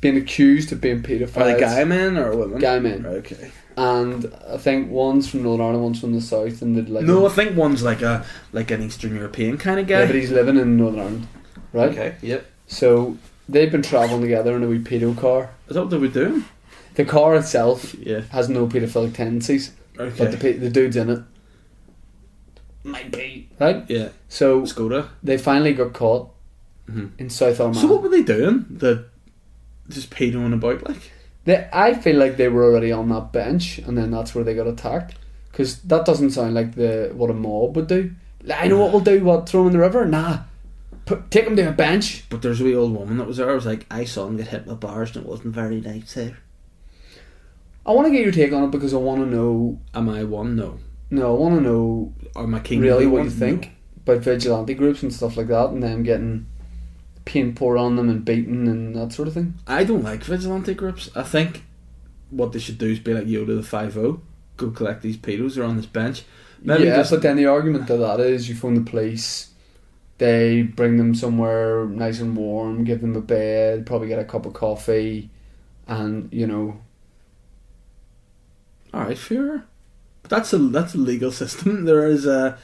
Speaker 3: being accused of being paedophiles.
Speaker 4: Are they guy men or women?
Speaker 3: Guy men.
Speaker 4: Right, okay.
Speaker 3: And I think one's from Northern Ireland, one's from the south, and they'd like.
Speaker 4: No, I think one's like a like an Eastern European kind of guy.
Speaker 3: Yeah, but he's living in Northern Ireland, right?
Speaker 4: okay, yep.
Speaker 3: So they've been travelling together in a wee pedo car.
Speaker 4: Is that what they were doing?
Speaker 3: The car itself
Speaker 4: Yeah.
Speaker 3: has no paedophilic tendencies,
Speaker 4: Okay.
Speaker 3: but the pe- the dudes in it might be right.
Speaker 4: yeah.
Speaker 3: So
Speaker 4: Skoda.
Speaker 3: they finally got caught
Speaker 4: Mhm.
Speaker 3: in South Armagh.
Speaker 4: So what were they doing? The just pedoing about like.
Speaker 3: They, I feel like they were already on that bench, and then that's where they got attacked. Because that doesn't sound like the what a mob would do. Like, I know what we'll do. What throw 'em in the river? Nah, Put, take them to a bench.
Speaker 4: But there's a wee old woman that was there. I was like, I saw him get hit with bars, and it wasn't very nice there.
Speaker 3: I want to get your take on it because I want to know.
Speaker 4: Am I one? No.
Speaker 3: No, I want to know
Speaker 4: Or my king?
Speaker 3: really what you think about vigilante groups and stuff like that, and them getting paint poured on them and beaten and that sort of thing.
Speaker 4: I don't like vigilante groups. I think what they should do is be like Yoda the Five O. Go collect these pedos. They're on this bench. Maybe
Speaker 3: yeah,
Speaker 4: just-
Speaker 3: but then the argument to that is you phone the police, they bring them somewhere nice and warm, give them a bed, probably get a cup of coffee, and you know,
Speaker 4: all right, fair. But that's a that's a legal system. There is a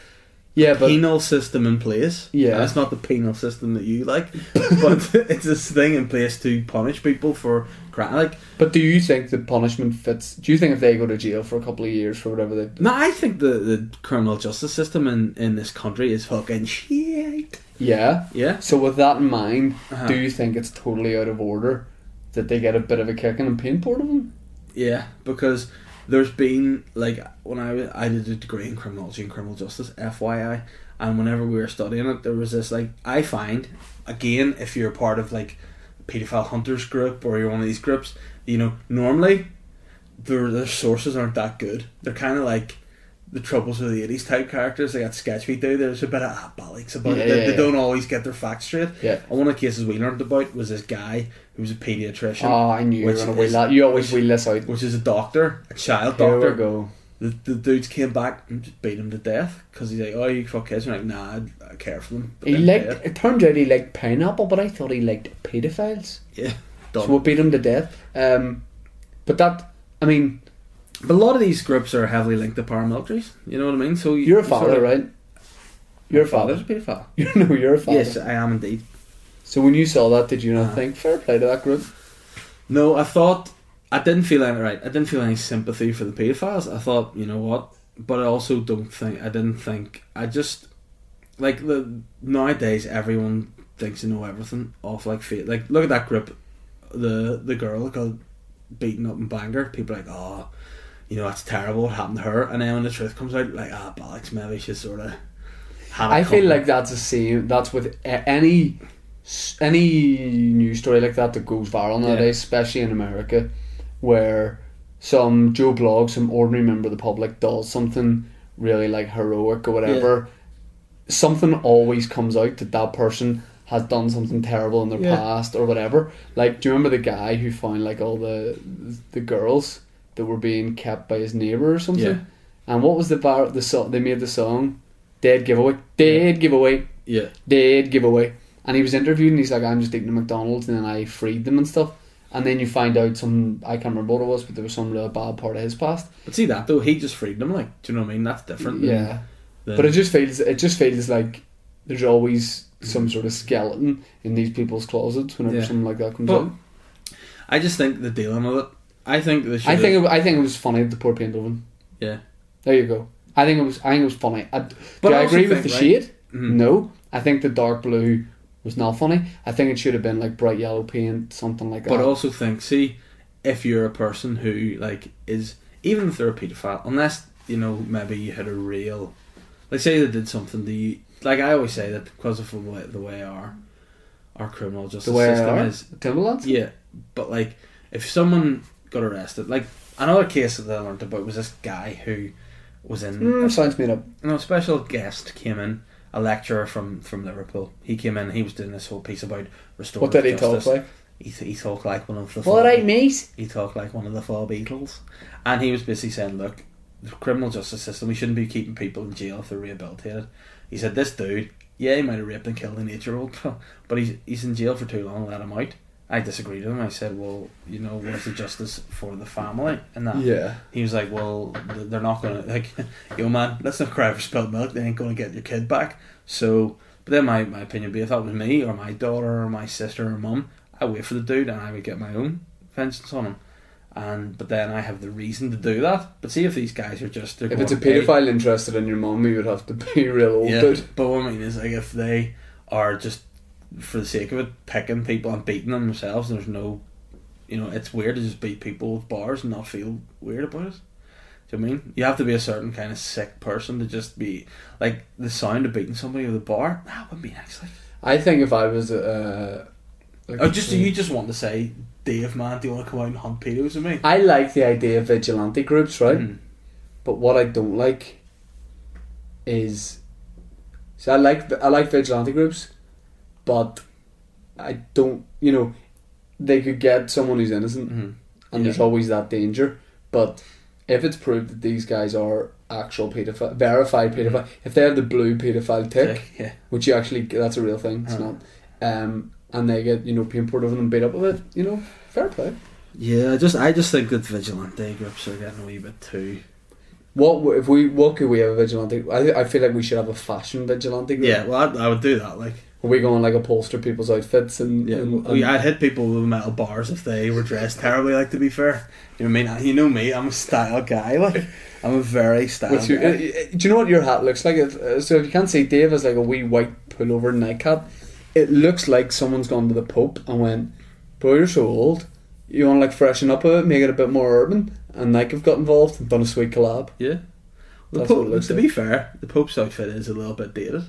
Speaker 3: yeah, but
Speaker 4: penal system in place.
Speaker 3: Yeah.
Speaker 4: that's not the penal system that you like, but it's this thing in place to punish people for crime. Like
Speaker 3: but do you think the punishment fits? Do you think if they go to jail for a couple of years for whatever they,
Speaker 4: No, I think the, the criminal justice system in, in this country is fucking shit.
Speaker 3: yeah,
Speaker 4: Yeah.
Speaker 3: So with that in mind,
Speaker 4: Uh-huh.
Speaker 3: do you think it's totally out of order Did they get a bit of a kick and a pain port of them?
Speaker 4: Yeah, because there's been like when I was- I did a degree in criminology and criminal justice, FYI, and whenever we were studying it, there was this like I find again if you're part of like paedophile hunters group or you're one of these groups, you know normally their their sources aren't that good. They're kind of like the troubles of the eighties type characters. They got sketch me through. There's a bit of ah, bollocks about
Speaker 3: Yeah,
Speaker 4: it. They,
Speaker 3: yeah,
Speaker 4: they
Speaker 3: yeah.
Speaker 4: don't always get their facts straight.
Speaker 3: Yeah.
Speaker 4: And one of the cases we learned about was this guy who was a paediatrician.
Speaker 3: Oh, I knew you were
Speaker 4: which
Speaker 3: going to wheel
Speaker 4: is-
Speaker 3: that. You always
Speaker 4: which-
Speaker 3: wheel this out.
Speaker 4: which is a doctor, a child
Speaker 3: Here we
Speaker 4: doctor.
Speaker 3: go.
Speaker 4: The, the dudes came back and just beat him to death because he's like, "Oh, you fuck kids." And I'm like, "Nah, I- I care for them." But
Speaker 3: He
Speaker 4: then
Speaker 3: liked.
Speaker 4: dead.
Speaker 3: It turned out he liked pineapple, but I thought he liked paedophiles.
Speaker 4: yeah,
Speaker 3: So we
Speaker 4: done.
Speaker 3: beat him to death. Um, but that, I mean,
Speaker 4: But a lot of these groups are heavily linked to paramilitaries. You know what I mean? So you-
Speaker 3: you're a
Speaker 4: you sort
Speaker 3: father,
Speaker 4: of-
Speaker 3: right? You're a
Speaker 4: Father's
Speaker 3: father.
Speaker 4: a paedophile.
Speaker 3: You know, you're a father.
Speaker 4: Yes, I am indeed.
Speaker 3: So when you saw that, did you not
Speaker 4: Uh-huh.
Speaker 3: think fair play to that group?
Speaker 4: No, I thought I didn't feel any right. I didn't feel any sympathy for the paedophiles. I thought, you know what? But I also don't think I didn't think I just like the nowadays everyone thinks they know everything off like fa Like look at that grip, the the girl got beaten up in Bangor. People are like, oh, you know that's terrible. What happened to her? And then when the truth comes out, like ah, bollocks, maybe she's sort of. Ah,
Speaker 3: I feel like that's the same. That's with a- any s- any news story like that that goes viral nowadays, especially in America, where some Joe blog, some ordinary member of the public, does something really like heroic or whatever. Something always comes out that that person has done something terrible in their
Speaker 4: Yeah.
Speaker 3: past or whatever. Like, do you remember the guy who found like all the the girls that were being kept by his neighbor or something?
Speaker 4: Yeah.
Speaker 3: And what was the bar? The song they made the song. Dead giveaway. Dead giveaway.
Speaker 4: yeah,
Speaker 3: Dead giveaway. And he was interviewed, and he's like, "I'm just eating at McDonald's, and then I freed them and stuff." And then you find out some I can't remember what it was, but there was some real bad part of his past.
Speaker 4: but see that though he just freed them. Like, do you know what I mean? That's different. than-
Speaker 3: Yeah,
Speaker 4: than-
Speaker 3: but it just feels it just feels like there's always some sort of skeleton in these people's closets whenever
Speaker 4: Mm-hmm. Yeah.
Speaker 3: something like that comes
Speaker 4: But
Speaker 3: up.
Speaker 4: I just think the dealing with it. I think they should.
Speaker 3: I think it, I think it was funny the poor paint one.
Speaker 4: yeah,
Speaker 3: There you go. I think it was I think it was funny. I,
Speaker 4: But
Speaker 3: do
Speaker 4: I
Speaker 3: I
Speaker 4: also
Speaker 3: agree with the Mm-hmm.
Speaker 4: think, right-
Speaker 3: shade?
Speaker 4: Mhm.
Speaker 3: No. I think the dark blue was not funny. I think it should have been like bright yellow paint, something like
Speaker 4: but
Speaker 3: that.
Speaker 4: also think. See, if you're a person who like is even if they're a paedophile, unless you know maybe you had a real, like say they did something to you. Like I always say that because of the way, the way our our criminal
Speaker 3: the
Speaker 4: justice
Speaker 3: way I
Speaker 4: system
Speaker 3: are,
Speaker 4: is.
Speaker 3: Timberlands.
Speaker 4: Yeah, but like if someone got arrested, like another case that I learned about was this guy who was in
Speaker 3: Mm, sounds made up.
Speaker 4: No, a special guest came in, a lecturer from, from Liverpool. He came in, he was doing this whole piece about restorative
Speaker 3: What did he talk
Speaker 4: justice.
Speaker 3: like?
Speaker 4: He, th- he talked like one of the
Speaker 3: All
Speaker 4: four-
Speaker 3: right, mate.
Speaker 4: He talked like one of the four Beatles. And he was basically saying, look, the criminal justice system, we shouldn't be keeping people in jail if they're rehabilitated. He said, this dude, yeah, he might have raped and killed an eight-year-old, but he's, he's in jail for too long, let him out. I disagreed with him. I said, well, you know, where's the justice for the family? And that
Speaker 3: Yeah.
Speaker 4: he was like, "Well, th- they're not gonna like, yo man, let's not cry for spilled milk. They ain't gonna get your kid back." So, but then my, my opinion would be if that was me or my daughter or my sister or mum, I would wait for the dude and I would get my own vengeance on him. And but then I have the reason to do that. But see if these guys are just they're
Speaker 3: If it's a
Speaker 4: going, "Hey,
Speaker 3: paedophile interested in your mum, you would have to be real old
Speaker 4: yeah,
Speaker 3: dude.
Speaker 4: but what I mean is, like, if they are just for the sake of it picking people and beating them themselves, there's no, you know, it's weird to just beat people with bars and not feel weird about it. Do you know what I mean you have to be a certain kind of sick person to just be like the sound of beating somebody with a bar? That would be next. Like,
Speaker 3: I think if I was, uh, like-
Speaker 4: oh, just you just want to say, Dave, man, do you want to come out and hunt pedos with me?
Speaker 3: I like the idea of vigilante groups, right?
Speaker 4: Mm.
Speaker 3: But what I don't like is so I like I like vigilante groups, but I don't. You know, they could get someone who's innocent,
Speaker 4: Mhm.
Speaker 3: and there's always that danger. But if it's proved that these guys are actual pedophile, verified pedophile, if they have the blue pedophile tick,
Speaker 4: Yeah,
Speaker 3: which you actually that's a real thing. It's
Speaker 4: Mm.
Speaker 3: not. Um, and they get you know paint poured over them and beat up with it. You know, fair play.
Speaker 4: yeah. I just I just think that vigilante groups are getting a wee bit too.
Speaker 3: What w- if we? What could we have a vigilante? I, I feel like we should have a fashion vigilante. Group.
Speaker 4: Yeah, well, I, I would do that. Like,
Speaker 3: Are we going like upholster people's outfits and
Speaker 4: Yeah,
Speaker 3: and-
Speaker 4: well, yeah, I'd hit people with metal bars if they were dressed terribly. Like to be fair, you know what I mean. You know me, I'm a style guy. Like I'm a very style.
Speaker 3: What's your, uh, uh,
Speaker 4: guy.
Speaker 3: do you know what your hat looks like? If, uh, so if you can't see, Dave has like a wee white pullover nightcap. It looks like someone's gone to the Pope and went, "Bro, you're so old. you want to like freshen up a bit, make it a bit more urban, and Nike have got involved and done a sweet collab.
Speaker 4: Yeah. The
Speaker 3: That's what it
Speaker 4: Pope,
Speaker 3: looks
Speaker 4: to be fair, the Pope's outfit is a little bit dated.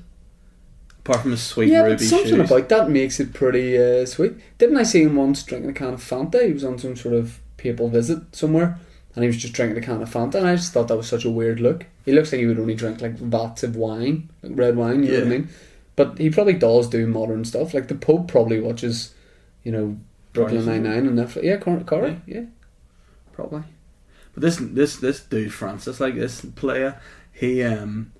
Speaker 4: Apart from his sweet
Speaker 3: yeah,
Speaker 4: ruby
Speaker 3: but something
Speaker 4: shoes.
Speaker 3: about that makes it pretty uh, sweet. Didn't I see him once drinking a can of Fanta? He was on some sort of papal visit somewhere, and he was just drinking a can of Fanta, and I just thought that was such a weird look. He looks like he would only drink like vats of wine, like red wine. You know what
Speaker 4: Yeah.
Speaker 3: I mean? But he probably does do modern stuff. Like the Pope probably watches, you know, Brooklyn Nine
Speaker 4: Carnival.
Speaker 3: Nine and Netflix. Yeah, Cor- Corey. Yeah. probably.
Speaker 4: But this this this dude Francis, like this player, he um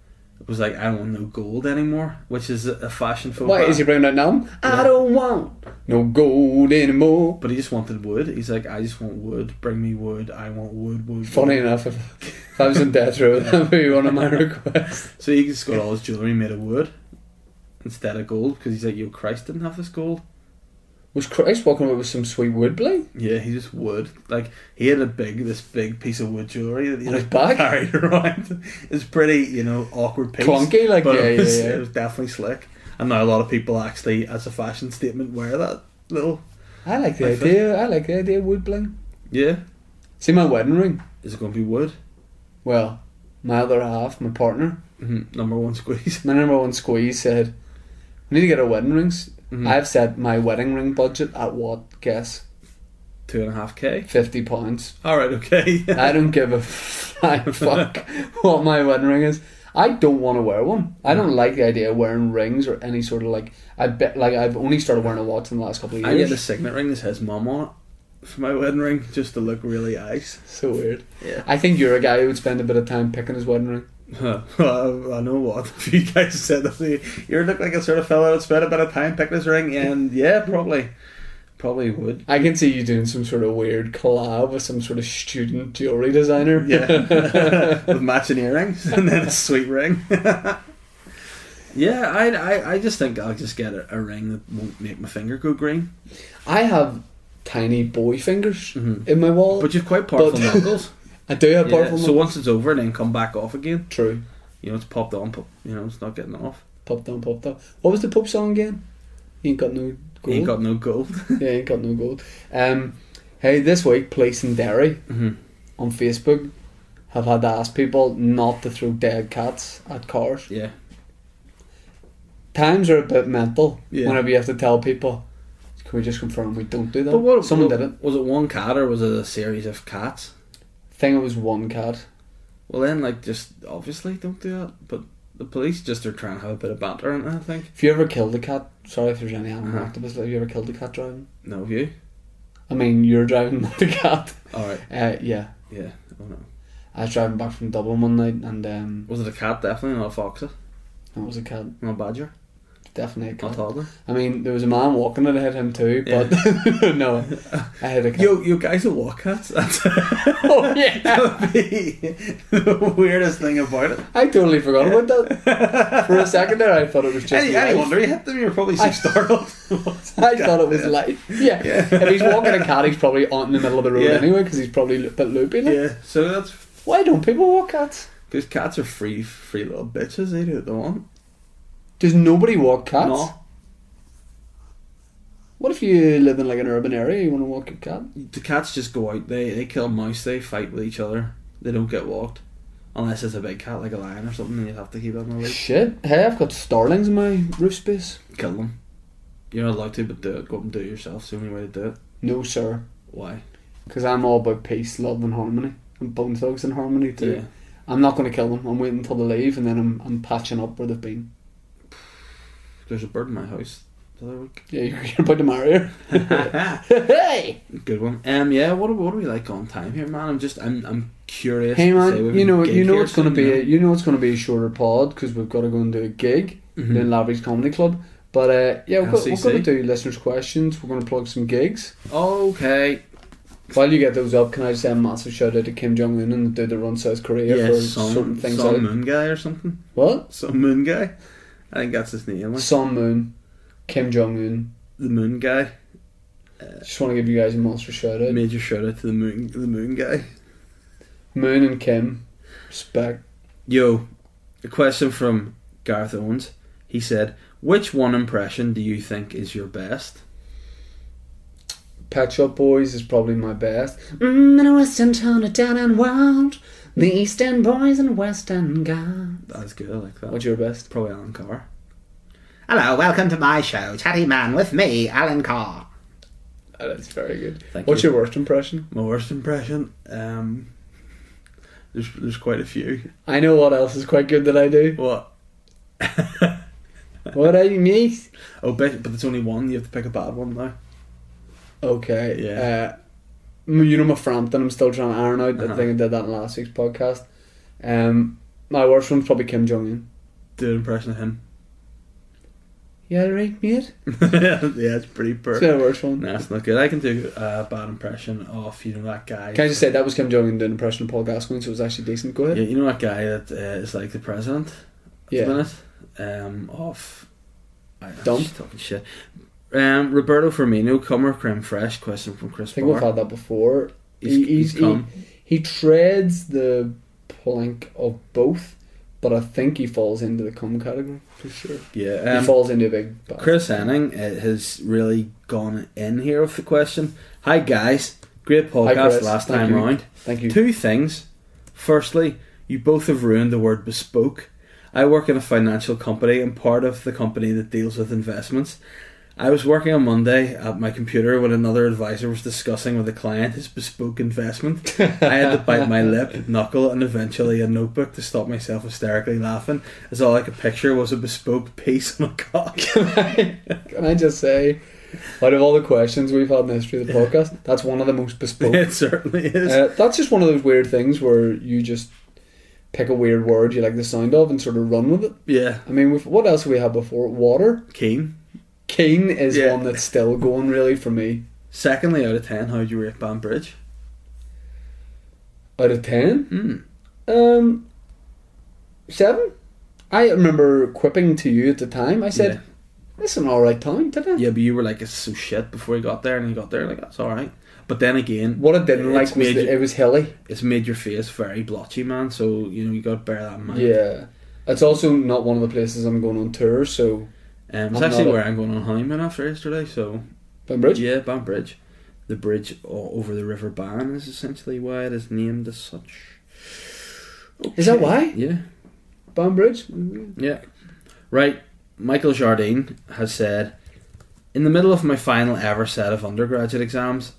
Speaker 4: was like, I don't want no gold anymore, which is a fashion faux
Speaker 3: Why
Speaker 4: pas.
Speaker 3: is he bringing out an album? I
Speaker 4: Yeah.
Speaker 3: don't want no gold anymore.
Speaker 4: But he just wanted wood. He's like, I just want wood. Bring me wood. I want wood. Wood.
Speaker 3: Funny
Speaker 4: wood."
Speaker 3: enough, if, if I was in death row, that would be one of my requests.
Speaker 4: So he just got all his jewelry made of wood instead of gold because he's like, Yo, Christ didn't have this gold.
Speaker 3: Was Christ walking away with some sweet wood blade?
Speaker 4: Yeah, he just wood. Like he had a big this big piece of wood jewelry that he
Speaker 3: On his
Speaker 4: like
Speaker 3: back?
Speaker 4: carried around. It's pretty, you know, awkward piece.
Speaker 3: Clunky, like,
Speaker 4: but
Speaker 3: yeah,
Speaker 4: it
Speaker 3: yeah,
Speaker 4: was,
Speaker 3: yeah.
Speaker 4: It was definitely slick. And now a lot of people actually, as a fashion statement, wear that little.
Speaker 3: I like the
Speaker 4: My foot.
Speaker 3: idea. I like the idea of wood bling.
Speaker 4: Yeah,
Speaker 3: See my wedding ring?
Speaker 4: is it going to be wood?
Speaker 3: Well, my other half, my partner,
Speaker 4: Mhm, Number one squeeze.
Speaker 3: my number one squeeze said, "We need to get our wedding rings."
Speaker 4: Mhm.
Speaker 3: I've said my wedding ring budget at what? Guess
Speaker 4: Two and a half k.
Speaker 3: fifty pounds.
Speaker 4: All right, okay.
Speaker 3: I don't give a flying fuck what my wedding ring is. I don't want to wear one. I don't like the idea of wearing rings or any sort of like. I bet like I've only started wearing a watch in the last couple of
Speaker 4: I
Speaker 3: years.
Speaker 4: get a signet ring that says "mum" on it for my wedding ring, just to look really nice.
Speaker 3: so weird.
Speaker 4: Yeah.
Speaker 3: I think you're a guy who would spend a bit of time picking his wedding ring.
Speaker 4: Huh. Well, I know what if you guys said that to you. You look like a sort of fellow that spent a bit of time picking his ring, and yeah, probably, probably would.
Speaker 3: I can see you doing some sort of weird collab with some sort of student jewelry designer.
Speaker 4: Yeah, with matching earrings and then a sweet ring. yeah, I, I, I just think I'll just get a, a ring that won't make my finger go green.
Speaker 3: I have tiny boy fingers in my wallet.
Speaker 4: Mm-hmm. But you've quite powerful
Speaker 3: But-
Speaker 4: knuckles.
Speaker 3: I do have
Speaker 4: Yeah,
Speaker 3: powerful.
Speaker 4: so once it's over, and then come back off again.
Speaker 3: True.
Speaker 4: You know, it's popped on. Pop, you know, it's not getting off.
Speaker 3: Pop down, pop down. What was the Pope song again? He ain't got no
Speaker 4: You
Speaker 3: gold.
Speaker 4: Ain't got no gold.
Speaker 3: yeah, ain't got no gold. Um, hey, this week, Police in Derry
Speaker 4: Mhm.
Speaker 3: on Facebook have had to ask people not to throw dead cats at cars.
Speaker 4: yeah.
Speaker 3: Times are a bit mental
Speaker 4: Yeah.
Speaker 3: whenever you have to tell people, can we just confirm we don't do that?
Speaker 4: But what?
Speaker 3: Someone
Speaker 4: what-
Speaker 3: did it.
Speaker 4: Was it one cat or was it a series of cats?
Speaker 3: I think it was one cat.
Speaker 4: Well, then, like, just obviously don't do that. But the police just are trying to have a bit of banter, aren't they? I think.
Speaker 3: If you ever killed a cat, sorry if there's any animal
Speaker 4: Uh-huh.
Speaker 3: activists, have you ever killed a cat driving?
Speaker 4: No view.
Speaker 3: I mean, you're driving, not the cat.
Speaker 4: All right.
Speaker 3: Uh, yeah.
Speaker 4: Yeah. Oh no.
Speaker 3: I was driving back from Dublin one night and um,
Speaker 4: Was it a cat? Definitely not a foxer.
Speaker 3: that was a cat.
Speaker 4: Not a badger.
Speaker 3: Definitely a
Speaker 4: Not a
Speaker 3: cat.
Speaker 4: toddler.
Speaker 3: I mean, there was a man walking and I hit him too, but no, I hit a cat.
Speaker 4: Yo, you guys are walk cats. That's
Speaker 3: Oh, yeah.
Speaker 4: that would be the weirdest thing about it.
Speaker 3: I totally forgot about that. For a second there, I thought it was just
Speaker 4: Any, any
Speaker 3: life.
Speaker 4: wonder you hit them? You're probably so
Speaker 3: I-
Speaker 4: startled.
Speaker 3: I thought it was life. Yeah. If he's walking a cat, he's probably on in the middle of the road
Speaker 4: Yeah.
Speaker 3: anyway 'cause anyway because he's probably a bit loopy. Like,
Speaker 4: yeah. So that's
Speaker 3: Why don't people walk cats?
Speaker 4: because cats are free, free little bitches. They do what they want.
Speaker 3: Does nobody walk cats?
Speaker 4: No,
Speaker 3: What if you live in like an urban area? You want to walk a cat?
Speaker 4: the cats just go out. They they kill mice. They fight with each other. They don't get walked, unless it's a big cat like a lion or something. Then you have to keep them awake.
Speaker 3: Shit. Hey, I've got starlings in my roof space.
Speaker 4: Kill them. You're not allowed to, but do it. Go up and do it yourself. It's the only way to do it.
Speaker 3: No, sir.
Speaker 4: Why?
Speaker 3: Because I'm all about peace, love, and harmony. And bone thugs and harmony too.
Speaker 4: Yeah.
Speaker 3: I'm not going to kill them. I'm waiting until they leave, and then I'm, I'm patching up where they've been.
Speaker 4: There's a bird in my house the other week.
Speaker 3: Yeah, you're you're about to marry her. hey,
Speaker 4: Good one. Um. Yeah. What are, what are we like on time here, man? I'm just I'm I'm curious.
Speaker 3: hey
Speaker 4: to say
Speaker 3: man,
Speaker 4: we've
Speaker 3: you know
Speaker 4: been
Speaker 3: you know
Speaker 4: gig
Speaker 3: it's going to
Speaker 4: here
Speaker 3: be a,
Speaker 4: soon,
Speaker 3: you know it's going to be a shorter pod because we've got to go and do a gig
Speaker 4: Mhm.
Speaker 3: in Lavery's Comedy Club. But uh, yeah, we've got, we're
Speaker 4: LCC.
Speaker 3: going to do listeners' questions. We're going to plug some gigs.
Speaker 4: Okay.
Speaker 3: While you get those up, can I just say a massive shout out to Kim Jong Un and the dude that runs South Korea
Speaker 4: Yeah.
Speaker 3: for
Speaker 4: Some
Speaker 3: certain things
Speaker 4: some
Speaker 3: out?
Speaker 4: moon guy or something.
Speaker 3: What?
Speaker 4: Some moon guy. I think that's his name. Like,
Speaker 3: Sun Moon, Kim Jong Un.
Speaker 4: the moon guy.
Speaker 3: Just want to give you guys a monster shout out.
Speaker 4: Major shout out to the moon the moon guy.
Speaker 3: Moon and Kim, respect.
Speaker 4: Yo, a question from Garth Owens. He said, "Which one impression do you think is your best?"
Speaker 3: Pet Shop Boys is probably my best. Mm, in a western town, a dead and wild. The East End Boys and West End Guys.
Speaker 4: That's good. I like that.
Speaker 3: What's your best?
Speaker 4: Probably Alan Carr.
Speaker 6: Hello, welcome to my show, Chatty Man, with me, Alan Carr.
Speaker 3: Oh, that's very good.
Speaker 4: Thank
Speaker 3: What's
Speaker 4: you.
Speaker 3: your worst impression?
Speaker 4: My worst impression. Um, there's there's quite a few.
Speaker 3: I know what else is quite good that I do.
Speaker 4: What?
Speaker 3: what I miss?
Speaker 4: Oh, but, but there's only one. You have to pick a bad one now.
Speaker 3: Okay.
Speaker 4: Yeah.
Speaker 3: Uh, m- you know my Frampton. I'm still trying to iron out. I
Speaker 4: Uh-huh.
Speaker 3: think I did that in last week's podcast. Um, my worst one's probably Kim Jong Un.
Speaker 4: Do an impression of him.
Speaker 3: You alright, mate?
Speaker 4: yeah, it's pretty
Speaker 3: That's
Speaker 4: poor.
Speaker 3: my worst one.
Speaker 4: No, it's not good. I can do a bad impression of you know that guy.
Speaker 3: Can I just say that was Kim Jong Un doing an impression of Paul Gascoigne, so it was actually decent. Go
Speaker 4: Yeah,
Speaker 3: ahead.
Speaker 4: you know that guy that uh, is like the president at
Speaker 3: Yeah.
Speaker 4: the minute um, of. I- I'm
Speaker 3: Dumb.
Speaker 4: just talking shit. Um, Roberto Firmino, come or creme fresh? Question from Chris
Speaker 3: I think
Speaker 4: Barr.
Speaker 3: we've had that before. he,
Speaker 4: He's-
Speaker 3: he's,
Speaker 4: he's come.
Speaker 3: He, he treads the plank of both, but I think he falls into the cum category for sure.
Speaker 4: Yeah,
Speaker 3: he
Speaker 4: um,
Speaker 3: falls into a big. Basket.
Speaker 4: Chris Henning uh, has really gone in here with the question. Hi guys, great podcast
Speaker 3: Chris.
Speaker 4: last
Speaker 3: Thank
Speaker 4: time
Speaker 3: you.
Speaker 4: round.
Speaker 3: Thank you.
Speaker 4: Two things. Firstly, you both have ruined the word bespoke. I work in a financial company and part of the company that deals with investments. I was working on Monday at my computer when another advisor was discussing with a client his bespoke investment. I had to bite my lip, knuckle, and eventually a notebook to stop myself hysterically laughing, as all I could picture was a bespoke piece on a cock.
Speaker 3: Can I just say, out of all the questions we've had in the history of the podcast, that's one of the most bespoke.
Speaker 4: it certainly is.
Speaker 3: uh, that's just one of those weird things where you just pick a weird word you like the sound of and sort of run with it.
Speaker 4: yeah,
Speaker 3: I mean, we've, what else have we had before? Water.
Speaker 4: keen.
Speaker 3: Keen is
Speaker 4: Yeah.
Speaker 3: one that's still going really for me.
Speaker 4: Secondly, out of ten, how'd you rate Banbridge?
Speaker 3: Out of ten,
Speaker 4: Hmm.
Speaker 3: um, seven. I remember quipping to you at the time. I said,
Speaker 4: Yeah.
Speaker 3: "This is an all right time, didn't it?"
Speaker 4: Yeah, but you were like, it's so shit before you got there, and you got there, like, that's alright. But then again,
Speaker 3: What I didn't
Speaker 4: it's
Speaker 3: like was
Speaker 4: made
Speaker 3: that
Speaker 4: you-
Speaker 3: it was hilly.
Speaker 4: it's made your face very blotchy, man, so, you know, you got to bear that in mind.
Speaker 3: Yeah, it's also not one of the places I'm going on tour. So
Speaker 4: Um,
Speaker 3: I'm
Speaker 4: it's
Speaker 3: not
Speaker 4: actually
Speaker 3: a-
Speaker 4: where I'm going on honeymoon after yesterday, so.
Speaker 3: Banbridge.
Speaker 4: Yeah, Banbridge. The bridge o- over the River Ban is essentially why it is named as such.
Speaker 3: Is that
Speaker 4: Okay.
Speaker 3: why?
Speaker 4: Yeah.
Speaker 3: Banbridge?
Speaker 4: Yeah. Right. Michael Jardine has said, in the middle of my final ever set of undergraduate exams,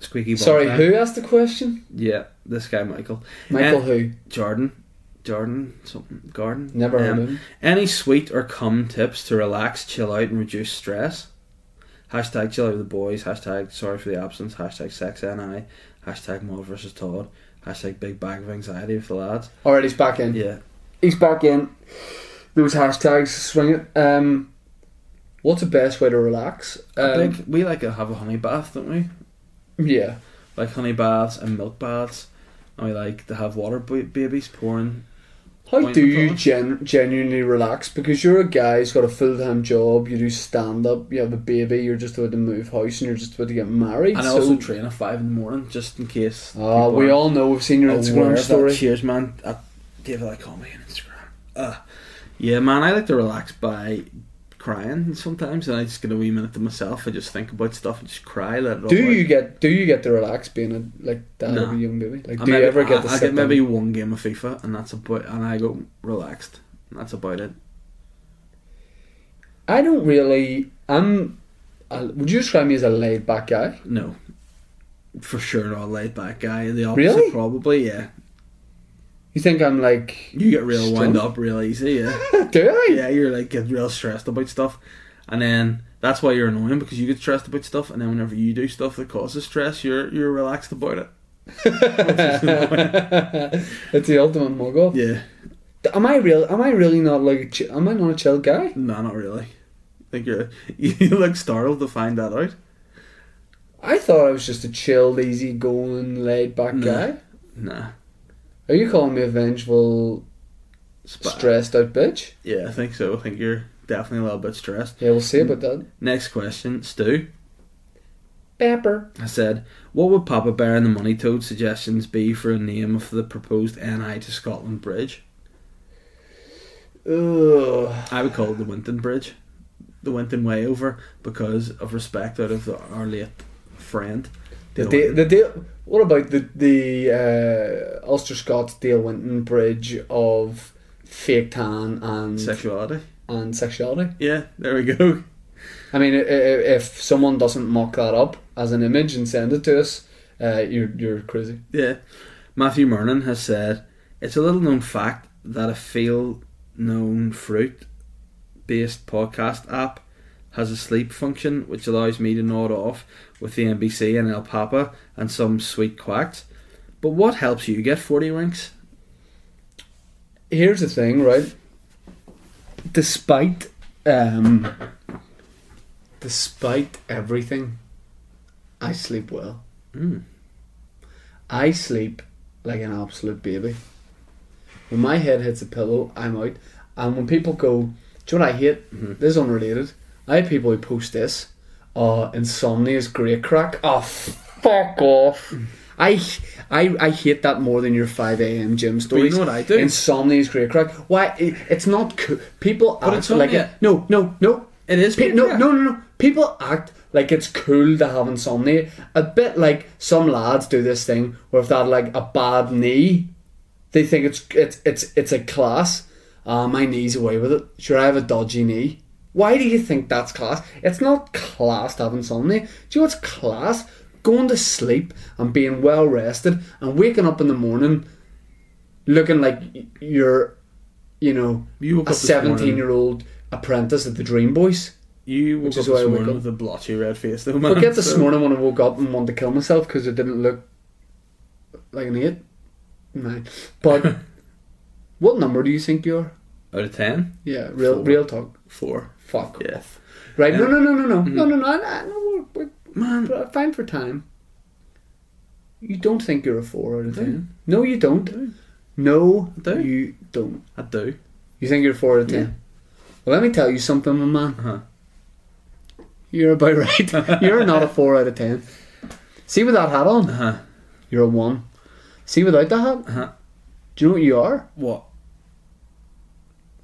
Speaker 4: squeaky ball.
Speaker 3: Sorry,
Speaker 4: time."
Speaker 3: who asked the question?
Speaker 4: Yeah, this guy Michael.
Speaker 3: Michael
Speaker 4: Um,
Speaker 3: who?
Speaker 4: Jordan. Jordan, something, garden.
Speaker 3: Never heard
Speaker 4: Um,
Speaker 3: of him.
Speaker 4: Any sweet or cum tips to relax, chill out, and reduce stress? Hashtag chill out with the boys. Hashtag sorry for the absence. Hashtag sex ni. Hashtag mod versus Todd. Hashtag big bag of anxiety with the lads.
Speaker 3: Alright, he's back in.
Speaker 4: Yeah.
Speaker 3: He's back in. Those hashtags, swing it. Um, what's the best way to relax?
Speaker 4: I
Speaker 3: Um,
Speaker 4: think we like to have a honey bath, don't we?
Speaker 3: yeah.
Speaker 4: Like honey baths and milk baths. And we like to have water ba- babies pouring.
Speaker 3: How
Speaker 4: Point
Speaker 3: do
Speaker 4: of
Speaker 3: you
Speaker 4: thought.
Speaker 3: gen- genuinely relax? Because you're a guy who's got a full time job, you do stand up, you have a baby, you're just about to move house, and you're just about to get married.
Speaker 4: And I
Speaker 3: so,
Speaker 4: also train at five in the morning just in case.
Speaker 3: Ah,
Speaker 4: people
Speaker 3: we
Speaker 4: aren't
Speaker 3: all know, we've seen your
Speaker 4: aware of
Speaker 3: Instagram
Speaker 4: that.
Speaker 3: story.
Speaker 4: Cheers, man. Uh, David, I call me on Instagram. Uh, yeah, man, I like to relax by crying sometimes, and I just get a wee minute to myself. I just think about stuff and just cry. Let it all
Speaker 3: Do
Speaker 4: out.
Speaker 3: you get do you get to relax being a like dad
Speaker 4: No.
Speaker 3: of a young baby? Like
Speaker 4: I
Speaker 3: do
Speaker 4: maybe,
Speaker 3: you ever get to
Speaker 4: I, I
Speaker 3: sit
Speaker 4: get
Speaker 3: down?
Speaker 4: maybe one game of FIFA, and that's about. And I go relaxed. And that's about it.
Speaker 3: I don't really. I'm. I, would you describe me as a laid back guy?
Speaker 4: No, for sure not a laid back guy. The opposite,
Speaker 3: Really?
Speaker 4: probably. Yeah,
Speaker 3: You think I'm like?
Speaker 4: you get real
Speaker 3: Stunned.
Speaker 4: wound up real easy. Yeah.
Speaker 3: Do I?
Speaker 4: yeah, you're like get real stressed about stuff, and then that's why you're annoying because you get stressed about stuff, and then whenever you do stuff that causes stress, you're you're relaxed about it.
Speaker 3: it's the ultimate muggle.
Speaker 4: Yeah,
Speaker 3: Am I real? Am I really not like? a chi- Am I not a chill guy?
Speaker 4: no, not really. Like you're you look startled to find that out.
Speaker 3: I thought I was just a chill, easy going, laid back
Speaker 4: No.
Speaker 3: guy.
Speaker 4: Nah,
Speaker 3: Are you calling me a vengeful,
Speaker 4: Spa-
Speaker 3: stressed out bitch?
Speaker 4: Yeah, I think so. I think you're definitely a little bit stressed.
Speaker 3: Yeah, we'll see about that.
Speaker 4: Next question, Stu.
Speaker 3: Pepper.
Speaker 4: I said, what would Papa Bear and the Money Toad suggestions be for a name of the proposed NI to Scotland Bridge?
Speaker 3: Ugh.
Speaker 4: I would call it the Winton Bridge, the Winton Way over, because of respect out of the, our late friend.
Speaker 3: The Dale, the Dale, what about the the uh, Ulster Scots Dale Winton bridge of fake tan and
Speaker 4: sexuality.
Speaker 3: and sexuality?
Speaker 4: Yeah, there we go.
Speaker 3: I mean, i- i- if someone doesn't mock that up as an image and send it to us, uh, you're you're crazy.
Speaker 4: Yeah. Matthew Mernon has said it's a little known fact that a feel known fruit based podcast app has a sleep function which allows me to nod off with the NBC and El Papa and some sweet quacks. But what helps you get 40 rinks?
Speaker 3: Here's the thing, right? Despite um, despite everything, I sleep well.
Speaker 4: Mm.
Speaker 3: I sleep like an absolute baby. When my head hits a pillow, I'm out. And when people go, Do you know what I hate?
Speaker 4: Mm-hmm.
Speaker 3: This is unrelated. I have people who post this. Uh, insomnia is great crack. Oh, fuck off.
Speaker 4: Mm.
Speaker 3: I, I, I hate that more than your 5 a.m. gym stories.
Speaker 4: know what I do?
Speaker 3: Insomnia is great crack. Why? It, it's not cool. People
Speaker 4: But
Speaker 3: act like it.
Speaker 4: insomnia-
Speaker 3: No, no, no.
Speaker 4: It is
Speaker 3: Pe-
Speaker 4: great
Speaker 3: no,
Speaker 4: crack.
Speaker 3: no, no, no. People act like it's cool to have insomnia. A bit like some lads do this thing where if they had like a bad knee, they think it's it's it's it's a class. Ah, my knee's away with it. Sure, I have a dodgy knee. Why do you think that's class? It's not class to have insomnia. Do you know what's class? Going to sleep and being well rested and waking up in the morning looking like y- you're, you know,
Speaker 4: You woke
Speaker 3: a
Speaker 4: up this morning-
Speaker 3: 17 year old apprentice at the Dream Boys.
Speaker 4: You woke
Speaker 3: Which
Speaker 4: up
Speaker 3: is why I
Speaker 4: this
Speaker 3: wake
Speaker 4: morning
Speaker 3: up.
Speaker 4: with a blotchy red face though, man.
Speaker 3: But get this
Speaker 4: so-
Speaker 3: morning when I woke up and wanted to kill myself because it didn't look like an eight. Nine. But what number do you think you're?
Speaker 4: Out of 10?
Speaker 3: Yeah, real
Speaker 4: Four.
Speaker 3: real talk.
Speaker 4: 4.
Speaker 3: Fuck
Speaker 4: Yeah.
Speaker 3: off. Right? No,
Speaker 4: Yeah. Mm-hmm. Um,
Speaker 3: no, no, no, no, no, no, no, no, no. We're,
Speaker 4: Man.
Speaker 3: we're fine for time. You don't think you're a four out of ten? No, you don't. No,
Speaker 4: I do.
Speaker 3: you don't.
Speaker 4: I do.
Speaker 3: You think you're four out of ten? Well, let me tell you something, my man.
Speaker 4: Uh-huh.
Speaker 3: You're about right. you're not a four out of ten. See with that hat on,
Speaker 4: Uh-huh.
Speaker 3: you're a one. See without that hat,
Speaker 4: Uh-huh.
Speaker 3: do you know what you are?
Speaker 4: What?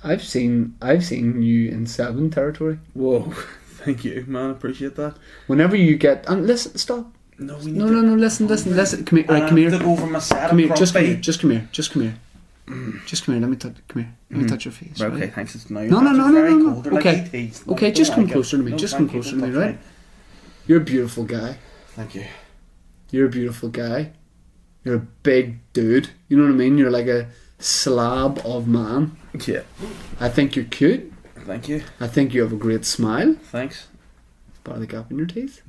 Speaker 3: I've seen I've seen you in seven territory.
Speaker 4: Whoa. Thank you, man. Appreciate that.
Speaker 3: Whenever you get and listen, stop.
Speaker 4: No, we need
Speaker 3: No,
Speaker 4: to-
Speaker 3: no, no. Listen, listen, listen. Come here,
Speaker 4: And
Speaker 3: right, come
Speaker 4: I
Speaker 3: here.
Speaker 4: took over my setup
Speaker 3: Come here, just come
Speaker 4: properly.
Speaker 3: here, just come here, just come here, just come here. Let me touch. Come here. Let me touch your
Speaker 4: Right,
Speaker 3: face. Right,
Speaker 4: Mm-hmm. okay, thanks. It's now.
Speaker 3: No, no,
Speaker 4: It's
Speaker 3: no, no,
Speaker 4: very
Speaker 3: no, no.
Speaker 4: cold. They're like
Speaker 3: Okay.
Speaker 4: ETs.
Speaker 3: Okay,
Speaker 4: Don't
Speaker 3: just come
Speaker 4: like it.
Speaker 3: closer to me.
Speaker 4: No,
Speaker 3: Just
Speaker 4: thank
Speaker 3: come
Speaker 4: you.
Speaker 3: closer to me,
Speaker 4: Don't touch
Speaker 3: right? You're a beautiful guy.
Speaker 4: Thank you.
Speaker 3: You're a beautiful guy. You're a big dude. You know what I mean? You're like a slab of man.
Speaker 4: Yeah.
Speaker 3: I think you're cute.
Speaker 4: Thank you.
Speaker 3: I think you have a great smile.
Speaker 4: Thanks.
Speaker 3: Part of the gap in your teeth.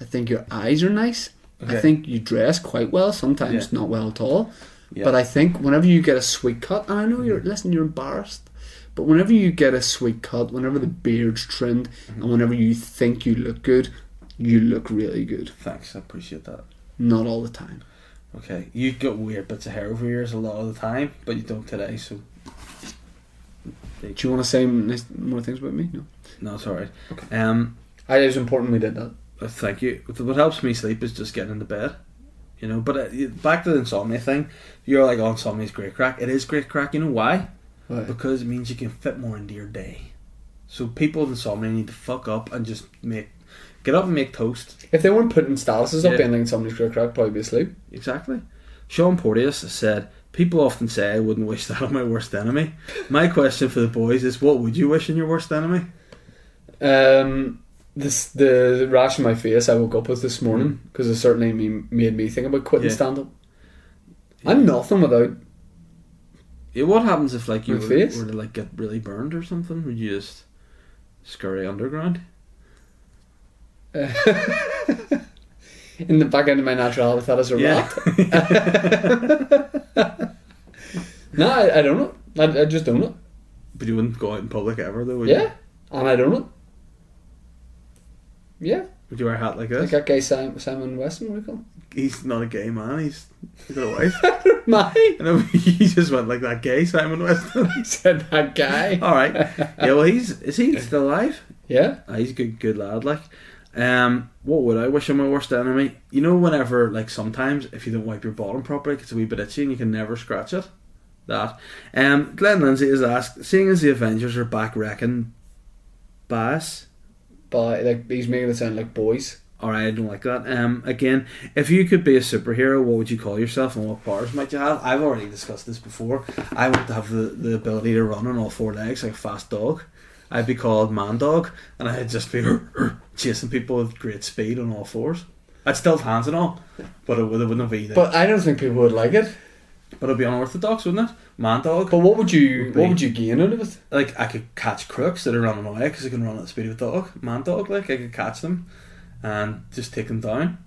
Speaker 3: I think your eyes are nice. I
Speaker 4: Mm-hmm. Okay.
Speaker 3: think you dress quite well. Sometimes
Speaker 4: Yeah.
Speaker 3: not well at
Speaker 4: Yeah.
Speaker 3: all.
Speaker 4: Mm-hmm.
Speaker 3: But I think whenever you get a sweet cut, and I know you're listen, you're embarrassed. But whenever you get a sweet cut, whenever the beard's trimmed,
Speaker 4: Mm-hmm.
Speaker 3: and whenever you think you look good, you look really good.
Speaker 4: Thanks. I appreciate that.
Speaker 3: Not all the time.
Speaker 4: Okay, you got weird bits of hair over yours a lot of the time, but you don't today, so
Speaker 3: Do you want to say nice- more things about me? No.
Speaker 4: no, it's alright. Um,
Speaker 3: I, it was important we did that.
Speaker 4: Uh, Thank you. What helps me sleep is just getting into bed, you know. But uh, you- back to the insomnia thing, you're like, "Oh, insomnia's great crack." It is great crack. You know why?
Speaker 3: Why?
Speaker 4: Because it means you can fit more into your day. So people with insomnia need to fuck up and just make, get up and make toast.
Speaker 3: If they weren't putting statuses up
Speaker 4: Yeah.
Speaker 3: being like somebody's great crack, probably be asleep.
Speaker 4: Exactly. Sean Porteous said, "People often say I wouldn't wish that on my worst enemy. My question for the boys is, what would you wish on your worst enemy?"
Speaker 3: Um, this the rash on my face I woke up with this morning because it certainly me, made me think about quitting
Speaker 4: Mm. Yeah.
Speaker 3: stand up. I'm nothing without.
Speaker 4: Yeah, what happens if like you
Speaker 3: My
Speaker 4: were,
Speaker 3: face?
Speaker 4: were to like get really burned or something? Would you just scurry underground?
Speaker 3: uh, In the back end of my natural habitat as a rat. no, I, I don't know. I, I just don't know.
Speaker 4: But you wouldn't go out in public ever, though, would you?
Speaker 3: Yeah, and I don't know. Yeah,
Speaker 4: Would you wear a hat like
Speaker 3: like
Speaker 4: this?
Speaker 3: that guy Simon, Simon Weston, what do you call him?
Speaker 4: He's not a gay man. He's he's got a wife.
Speaker 3: My,
Speaker 4: I know he just went like that gay Simon Weston.
Speaker 3: he said that guy.
Speaker 4: All right. Yeah. Well, he's is he still alive?
Speaker 3: Yeah.
Speaker 4: Ah, he's a good, good lad. Like, um, what would I wish on my worst enemy? You know, whenever like sometimes if you don't wipe your bottom properly, it's a wee bit itchy and you can never scratch it. That. Um, Glenn Lindsay is asked, seeing as the Avengers are back wrecking, Bass.
Speaker 3: But like he's making it sound like boys.
Speaker 4: All right, I don't like that. Um, again, if you could be a superhero, what would you call yourself, and what powers might you have? I've already discussed this before. I want to have the, the ability to run on all four legs like a fast dog. I'd be called Man Dog, and I'd just be chasing people with great speed on all fours. I'd still have hands and all, but it, would, it wouldn't be. But,
Speaker 3: But I don't think people would like it.
Speaker 4: but it'd be unorthodox, wouldn't it? Man Dog.
Speaker 3: But what would you?
Speaker 4: be-
Speaker 3: What would you gain out of it?
Speaker 4: like I could catch crooks that are running away because I can run at the speed of a dog, man dog. Like I could catch them and just take them down.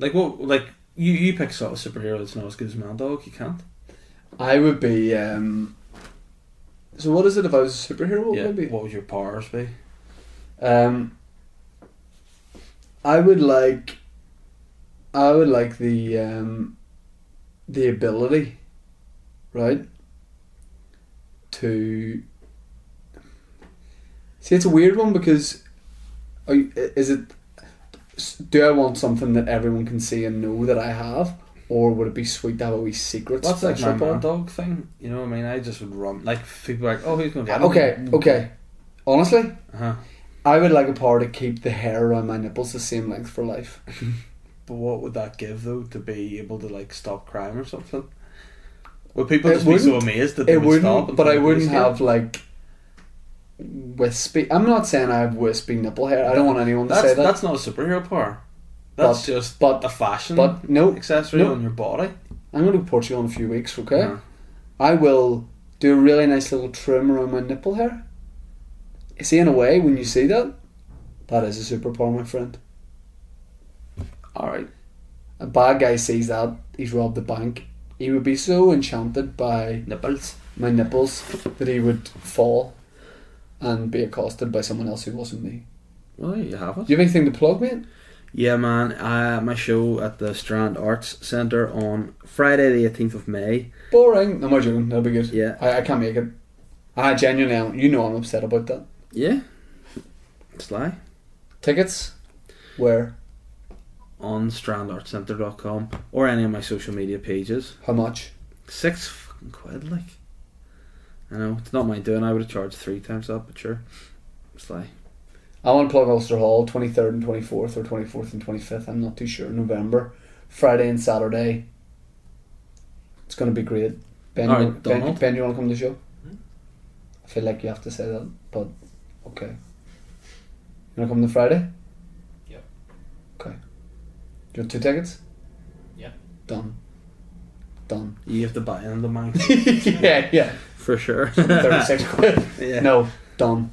Speaker 4: Like what? Like you, you pick sort of superhero that's not as good as man dog. You can't.
Speaker 3: I would be. um So what is it if I was a superhero? What
Speaker 4: yeah.
Speaker 3: would I be?
Speaker 4: What would your powers be?
Speaker 3: Um, I would like. I would like the um, the ability, right? To see, it's a weird one because, are you- i- is it? s- Do I want something that everyone can see and know that I have, or would it be sweet to have a wee secret
Speaker 4: That's like my
Speaker 3: special
Speaker 4: man
Speaker 3: power?
Speaker 4: dog thing. You know what I mean? I just would run. Like people are like, oh, who's gonna get
Speaker 3: Okay, okay. Honestly,
Speaker 4: Uh-huh.
Speaker 3: I would like a power to keep the hair around my nipples the same length for life.
Speaker 4: But what would that give though to be able to like stop crime or something? Would people
Speaker 3: It
Speaker 4: just be so
Speaker 3: wouldn't-
Speaker 4: amazed that they
Speaker 3: It
Speaker 4: would stop?
Speaker 3: wouldn't,
Speaker 4: and
Speaker 3: but
Speaker 4: try
Speaker 3: I
Speaker 4: to
Speaker 3: wouldn't
Speaker 4: police you?
Speaker 3: have like wispy. I'm not saying I have wispy nipple hair. I don't want anyone to
Speaker 4: That's
Speaker 3: say that.
Speaker 4: that's not a superhero power. That's
Speaker 3: But-
Speaker 4: just
Speaker 3: but-
Speaker 4: a fashion
Speaker 3: but no,
Speaker 4: accessory
Speaker 3: no.
Speaker 4: on your body.
Speaker 3: I'm going to Portugal in a few weeks. Okay,
Speaker 4: Yeah.
Speaker 3: I will do a really nice little trim around my nipple hair. You See, in a way, when you see that, that is a superpower, my friend.
Speaker 4: All right.
Speaker 3: A bad guy sees that he's robbed the bank. He would be so enchanted by
Speaker 4: Nipples.
Speaker 3: my nipples that he would fall and be accosted by someone else who wasn't me.
Speaker 4: Well, there you have it.
Speaker 3: Do you have anything to plug, mate?
Speaker 4: Yeah, man. Uh, my show at the Strand Arts Centre on Friday, the eighteenth of May.
Speaker 3: Boring. No, I'm joking. That'll be good.
Speaker 4: Yeah.
Speaker 3: I, I can't make it. I genuinely, am- you know, I'm upset about that.
Speaker 4: Yeah. Sly
Speaker 3: Tickets? Where?
Speaker 4: on strandartcentre.com or any of my social media pages.
Speaker 3: How much?
Speaker 4: Six fucking quid, like. I know it's not my doing. I would have charged three times that, but sure. Sly.
Speaker 3: I want to plug Ulster Hall, 23rd and 24th, or 24th and 25th. I'm not too sure. November, Friday and Saturday. It's going to be great. Ben,
Speaker 4: All
Speaker 3: you-
Speaker 4: right,
Speaker 3: ben,
Speaker 4: Donald.
Speaker 3: ben, you want to come to the show?
Speaker 4: Hmm?
Speaker 3: I feel like you have to say that, but okay. You want to come to Friday?
Speaker 7: Yep.
Speaker 3: Okay. Do you want two tickets?
Speaker 7: Yep.
Speaker 3: Done. Done.
Speaker 4: You have to buy into the mic
Speaker 3: yeah, yeah.
Speaker 4: for sure.
Speaker 3: 36 quid.
Speaker 4: Yeah.
Speaker 3: No, done.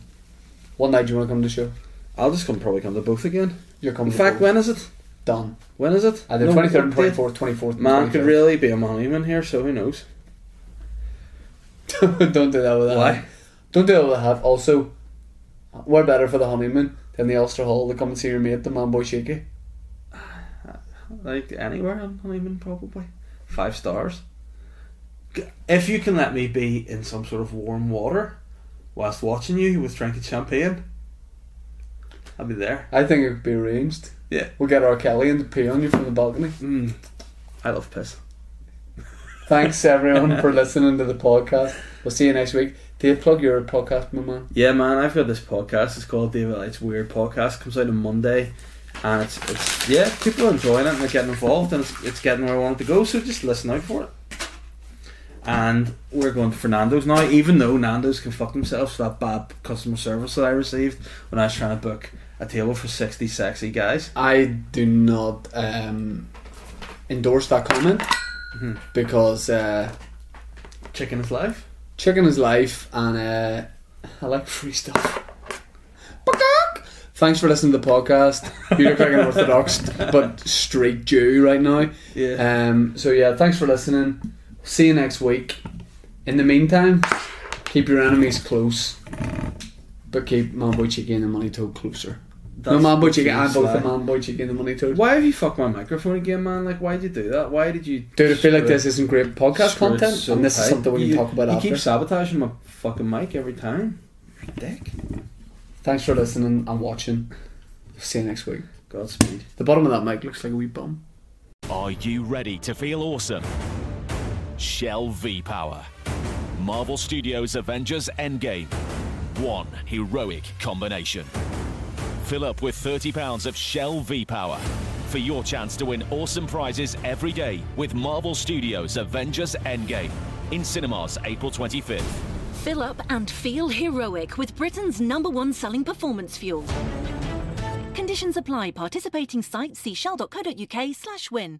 Speaker 3: One night, do you want to come to the show?
Speaker 4: I'll just come probably come to both again.
Speaker 3: You're coming.
Speaker 4: In fact, when is it?
Speaker 3: Done.
Speaker 4: When is it?
Speaker 3: Either
Speaker 4: No,
Speaker 3: 23rd and
Speaker 4: what date?
Speaker 3: 24th, 24th and
Speaker 4: Man could
Speaker 3: 25th.
Speaker 4: really be a monument here, so who knows?
Speaker 3: Don't do that with that.
Speaker 4: Why?
Speaker 3: Don't do that with that. Also, we're better for the honeymoon than the Ulster Hall to come and see your mate, the man boy Shaky.
Speaker 4: Like anywhere on honeymoon, probably five stars. G- If you can let me be in some sort of warm water whilst watching you with drinking champagne, I'll be there.
Speaker 3: I think it could be arranged.
Speaker 4: Yeah.
Speaker 3: We'll get our Kelly and to pee on you from the balcony.
Speaker 4: Mm. I love piss.
Speaker 3: Thanks everyone for listening to the podcast. We'll see you next week. Dave, plug your podcast, my man.
Speaker 4: Yeah, man, I've got this podcast. It's called David Light's Weird Podcast. comes out on Monday, and it's, it's yeah, people are enjoying it and they're getting involved, and it's, it's getting where I want it to go. So just listen out for it. And we're going to Fernando's now, even though Nando's can fuck themselves for that bad customer service that I received when I was trying to book a table for sixty sexy guys.
Speaker 3: I do not um, endorse that comment because uh,
Speaker 4: Chicken is life.
Speaker 3: chicken is life and uh, I like free stuff. Peacock! Thanks for listening to the podcast. You look like an Orthodox but straight Jew right now.
Speaker 4: Yeah.
Speaker 3: Um, so, yeah, thanks for listening. See you next week. In the meantime, keep your enemies close, but keep Mambo Chicken and Money Toad closer.
Speaker 4: That's
Speaker 3: no, Mambo
Speaker 4: the
Speaker 3: Chicken, I'm both
Speaker 4: slang.
Speaker 3: a Mambo Chicken and Money Toad.
Speaker 4: Why have you fucked my microphone again, man? Like, why did you do that? Why did you?
Speaker 3: Dude, I feel like
Speaker 4: Screw it.
Speaker 3: this isn't great podcast
Speaker 4: Screw it
Speaker 3: content,
Speaker 4: so
Speaker 3: and this is
Speaker 4: tight.
Speaker 3: something we can
Speaker 4: You-
Speaker 3: talk about
Speaker 4: You
Speaker 3: after.
Speaker 4: keep sabotaging my fucking mic every time. You're a Dick.
Speaker 3: Thanks for listening and watching. See you next week.
Speaker 4: Godspeed.
Speaker 3: The bottom of that mic looks like a wee bum.
Speaker 1: Are you ready to feel awesome? Shell V Power. Marvel Studios Avengers Endgame. One heroic combination. Fill up with £30 of Shell V Power for your chance to win awesome prizes every day with Marvel Studios Avengers Endgame in cinemas April 25th.
Speaker 2: Fill up and feel heroic with Britain's number one selling performance fuel. Conditions apply. Participating sites see shell.co.uk slash win.